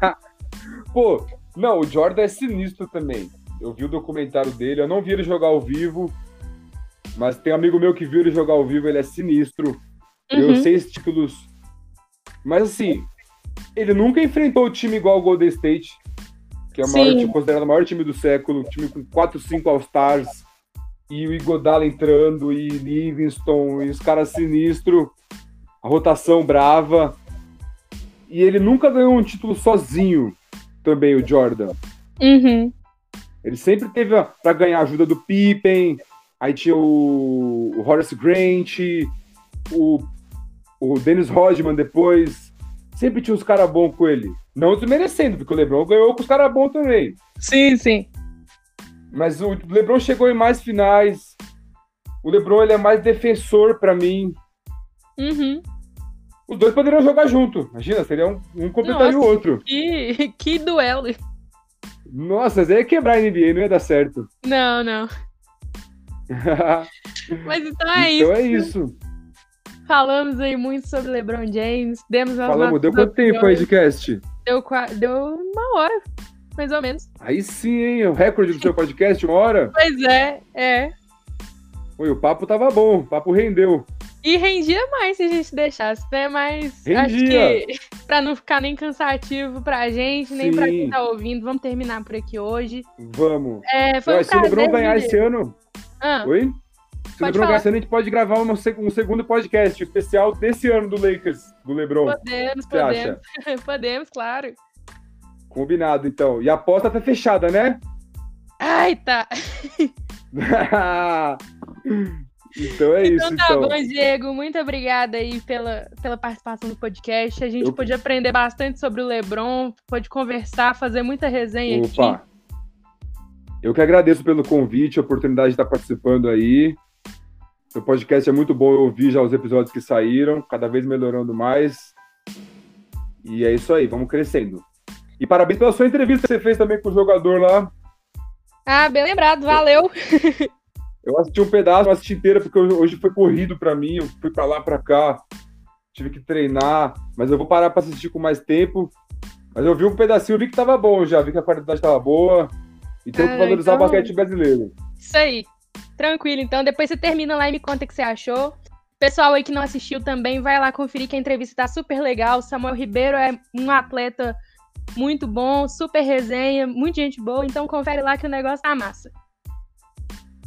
[SPEAKER 2] Pô, não, o Jordan é sinistro também. Eu vi o documentário dele, eu não vi ele jogar ao vivo, mas tem um amigo meu que viu ele jogar ao vivo, ele é sinistro. Deu
[SPEAKER 1] Uhum.
[SPEAKER 2] seis títulos. tipo Mas assim, ele nunca enfrentou o time igual o Golden State, que é o maior
[SPEAKER 1] Sim.
[SPEAKER 2] time- considerado o maior time do século, um time com 4, 5 All-Stars, e o Igodala entrando, e Livingston, e os caras sinistro, a rotação brava. E ele nunca ganhou um título sozinho, também, o Jordan.
[SPEAKER 1] Uhum.
[SPEAKER 2] Ele sempre teve a- pra ganhar a ajuda do Pippen, aí tinha o, o Horace Grant, o, o Dennis Rodman depois. Sempre tinha uns caras bons com ele. Não desmerecendo, porque o Lebron ganhou com os caras bons também.
[SPEAKER 1] Sim, sim.
[SPEAKER 2] Mas o Lebron chegou em mais finais. O Lebron ele é mais defensor pra mim.
[SPEAKER 1] Uhum.
[SPEAKER 2] Os dois poderiam jogar junto. Imagina, seria um, um completaria o
[SPEAKER 1] Nossa.
[SPEAKER 2] outro.
[SPEAKER 1] Que, que duelo.
[SPEAKER 2] Nossa, mas aí ia quebrar a NBA, não ia dar certo.
[SPEAKER 1] Não, não. Mas então é isso.
[SPEAKER 2] então é isso.
[SPEAKER 1] Falamos aí muito sobre LeBron James. Demos umas
[SPEAKER 2] Falamos, deu
[SPEAKER 1] nossas
[SPEAKER 2] quanto tempo aí
[SPEAKER 1] opiniões.
[SPEAKER 2] de cast?
[SPEAKER 1] Deu, qua- deu uma hora, mais ou menos.
[SPEAKER 2] Aí sim, hein? O recorde do seu podcast, uma hora.
[SPEAKER 1] Pois é, é.
[SPEAKER 2] Oi, o papo tava bom, o papo rendeu.
[SPEAKER 1] E rendia mais se a gente deixasse, né? Mas acho
[SPEAKER 2] Rendia.
[SPEAKER 1] que pra não ficar nem cansativo pra gente, nem
[SPEAKER 2] Sim.
[SPEAKER 1] pra quem tá ouvindo, vamos terminar por aqui hoje.
[SPEAKER 2] Vamos.
[SPEAKER 1] É, foi
[SPEAKER 2] Ué,
[SPEAKER 1] um
[SPEAKER 2] se o
[SPEAKER 1] prazer.
[SPEAKER 2] Lebron ganhar
[SPEAKER 1] Vivi.
[SPEAKER 2] esse ano.
[SPEAKER 1] Ah,
[SPEAKER 2] Oi? Se o
[SPEAKER 1] Pode
[SPEAKER 2] Lebron
[SPEAKER 1] falar.
[SPEAKER 2] ganhar esse ano, a gente pode gravar um, seg- um segundo podcast especial desse ano do Lakers, do Lebron. O que
[SPEAKER 1] podemos,
[SPEAKER 2] você
[SPEAKER 1] podemos.
[SPEAKER 2] acha?
[SPEAKER 1] podemos, claro.
[SPEAKER 2] Combinado, então. E a aposta tá fechada, né?
[SPEAKER 1] Ai, tá.
[SPEAKER 2] então é isso,
[SPEAKER 1] então tá
[SPEAKER 2] então.
[SPEAKER 1] bom, Diego. Muito obrigada aí pela, pela participação do podcast. A gente
[SPEAKER 2] Eu-
[SPEAKER 1] pôde aprender bastante sobre o Lebron, pôde conversar, fazer muita resenha aqui.
[SPEAKER 2] Opa. Eu que agradeço pelo convite, a oportunidade de estar participando aí. Seu podcast é muito bom, eu ouvi já os episódios que saíram, cada vez melhorando mais. E é isso aí, vamos crescendo. E parabéns pela sua entrevista que você fez também com o jogador lá.
[SPEAKER 1] Ah, bem lembrado, valeu.
[SPEAKER 2] Eu assisti um pedaço, não assisti inteira, porque hoje hoje foi corrido pra mim, eu fui pra lá, pra cá, tive que treinar, mas eu vou parar pra assistir com mais tempo. Mas eu vi um pedacinho, eu vi que tava bom já, vi que a qualidade tava boa, e tem que
[SPEAKER 1] Ah,
[SPEAKER 2] valorizar
[SPEAKER 1] então-
[SPEAKER 2] o basquete brasileiro.
[SPEAKER 1] Isso aí. Tranquilo, então. Depois você termina lá e me conta o que você achou. Pessoal aí que não assistiu também, vai lá conferir que a entrevista tá super legal. Samuel Ribeiro é um atleta muito bom, super resenha, muita gente boa. Então confere lá que o negócio tá massa.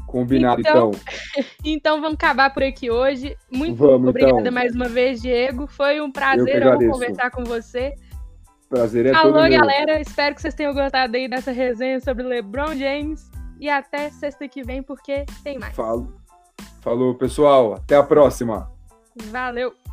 [SPEAKER 2] Combinado,
[SPEAKER 1] Então,
[SPEAKER 2] então.
[SPEAKER 1] Então vamos acabar por aqui hoje. Muito
[SPEAKER 2] Vamos,
[SPEAKER 1] obrigada
[SPEAKER 2] então.
[SPEAKER 1] mais uma vez, Diego. Foi um
[SPEAKER 2] Eu que
[SPEAKER 1] prazer
[SPEAKER 2] agradeço.
[SPEAKER 1] conversar com você.
[SPEAKER 2] Prazer é
[SPEAKER 1] Alô,
[SPEAKER 2] todo meu.
[SPEAKER 1] galera. Espero que vocês tenham gostado aí dessa resenha sobre LeBron James. E até sexta que vem, porque tem mais.
[SPEAKER 2] Falo. Falou, pessoal. Até a próxima.
[SPEAKER 1] Valeu!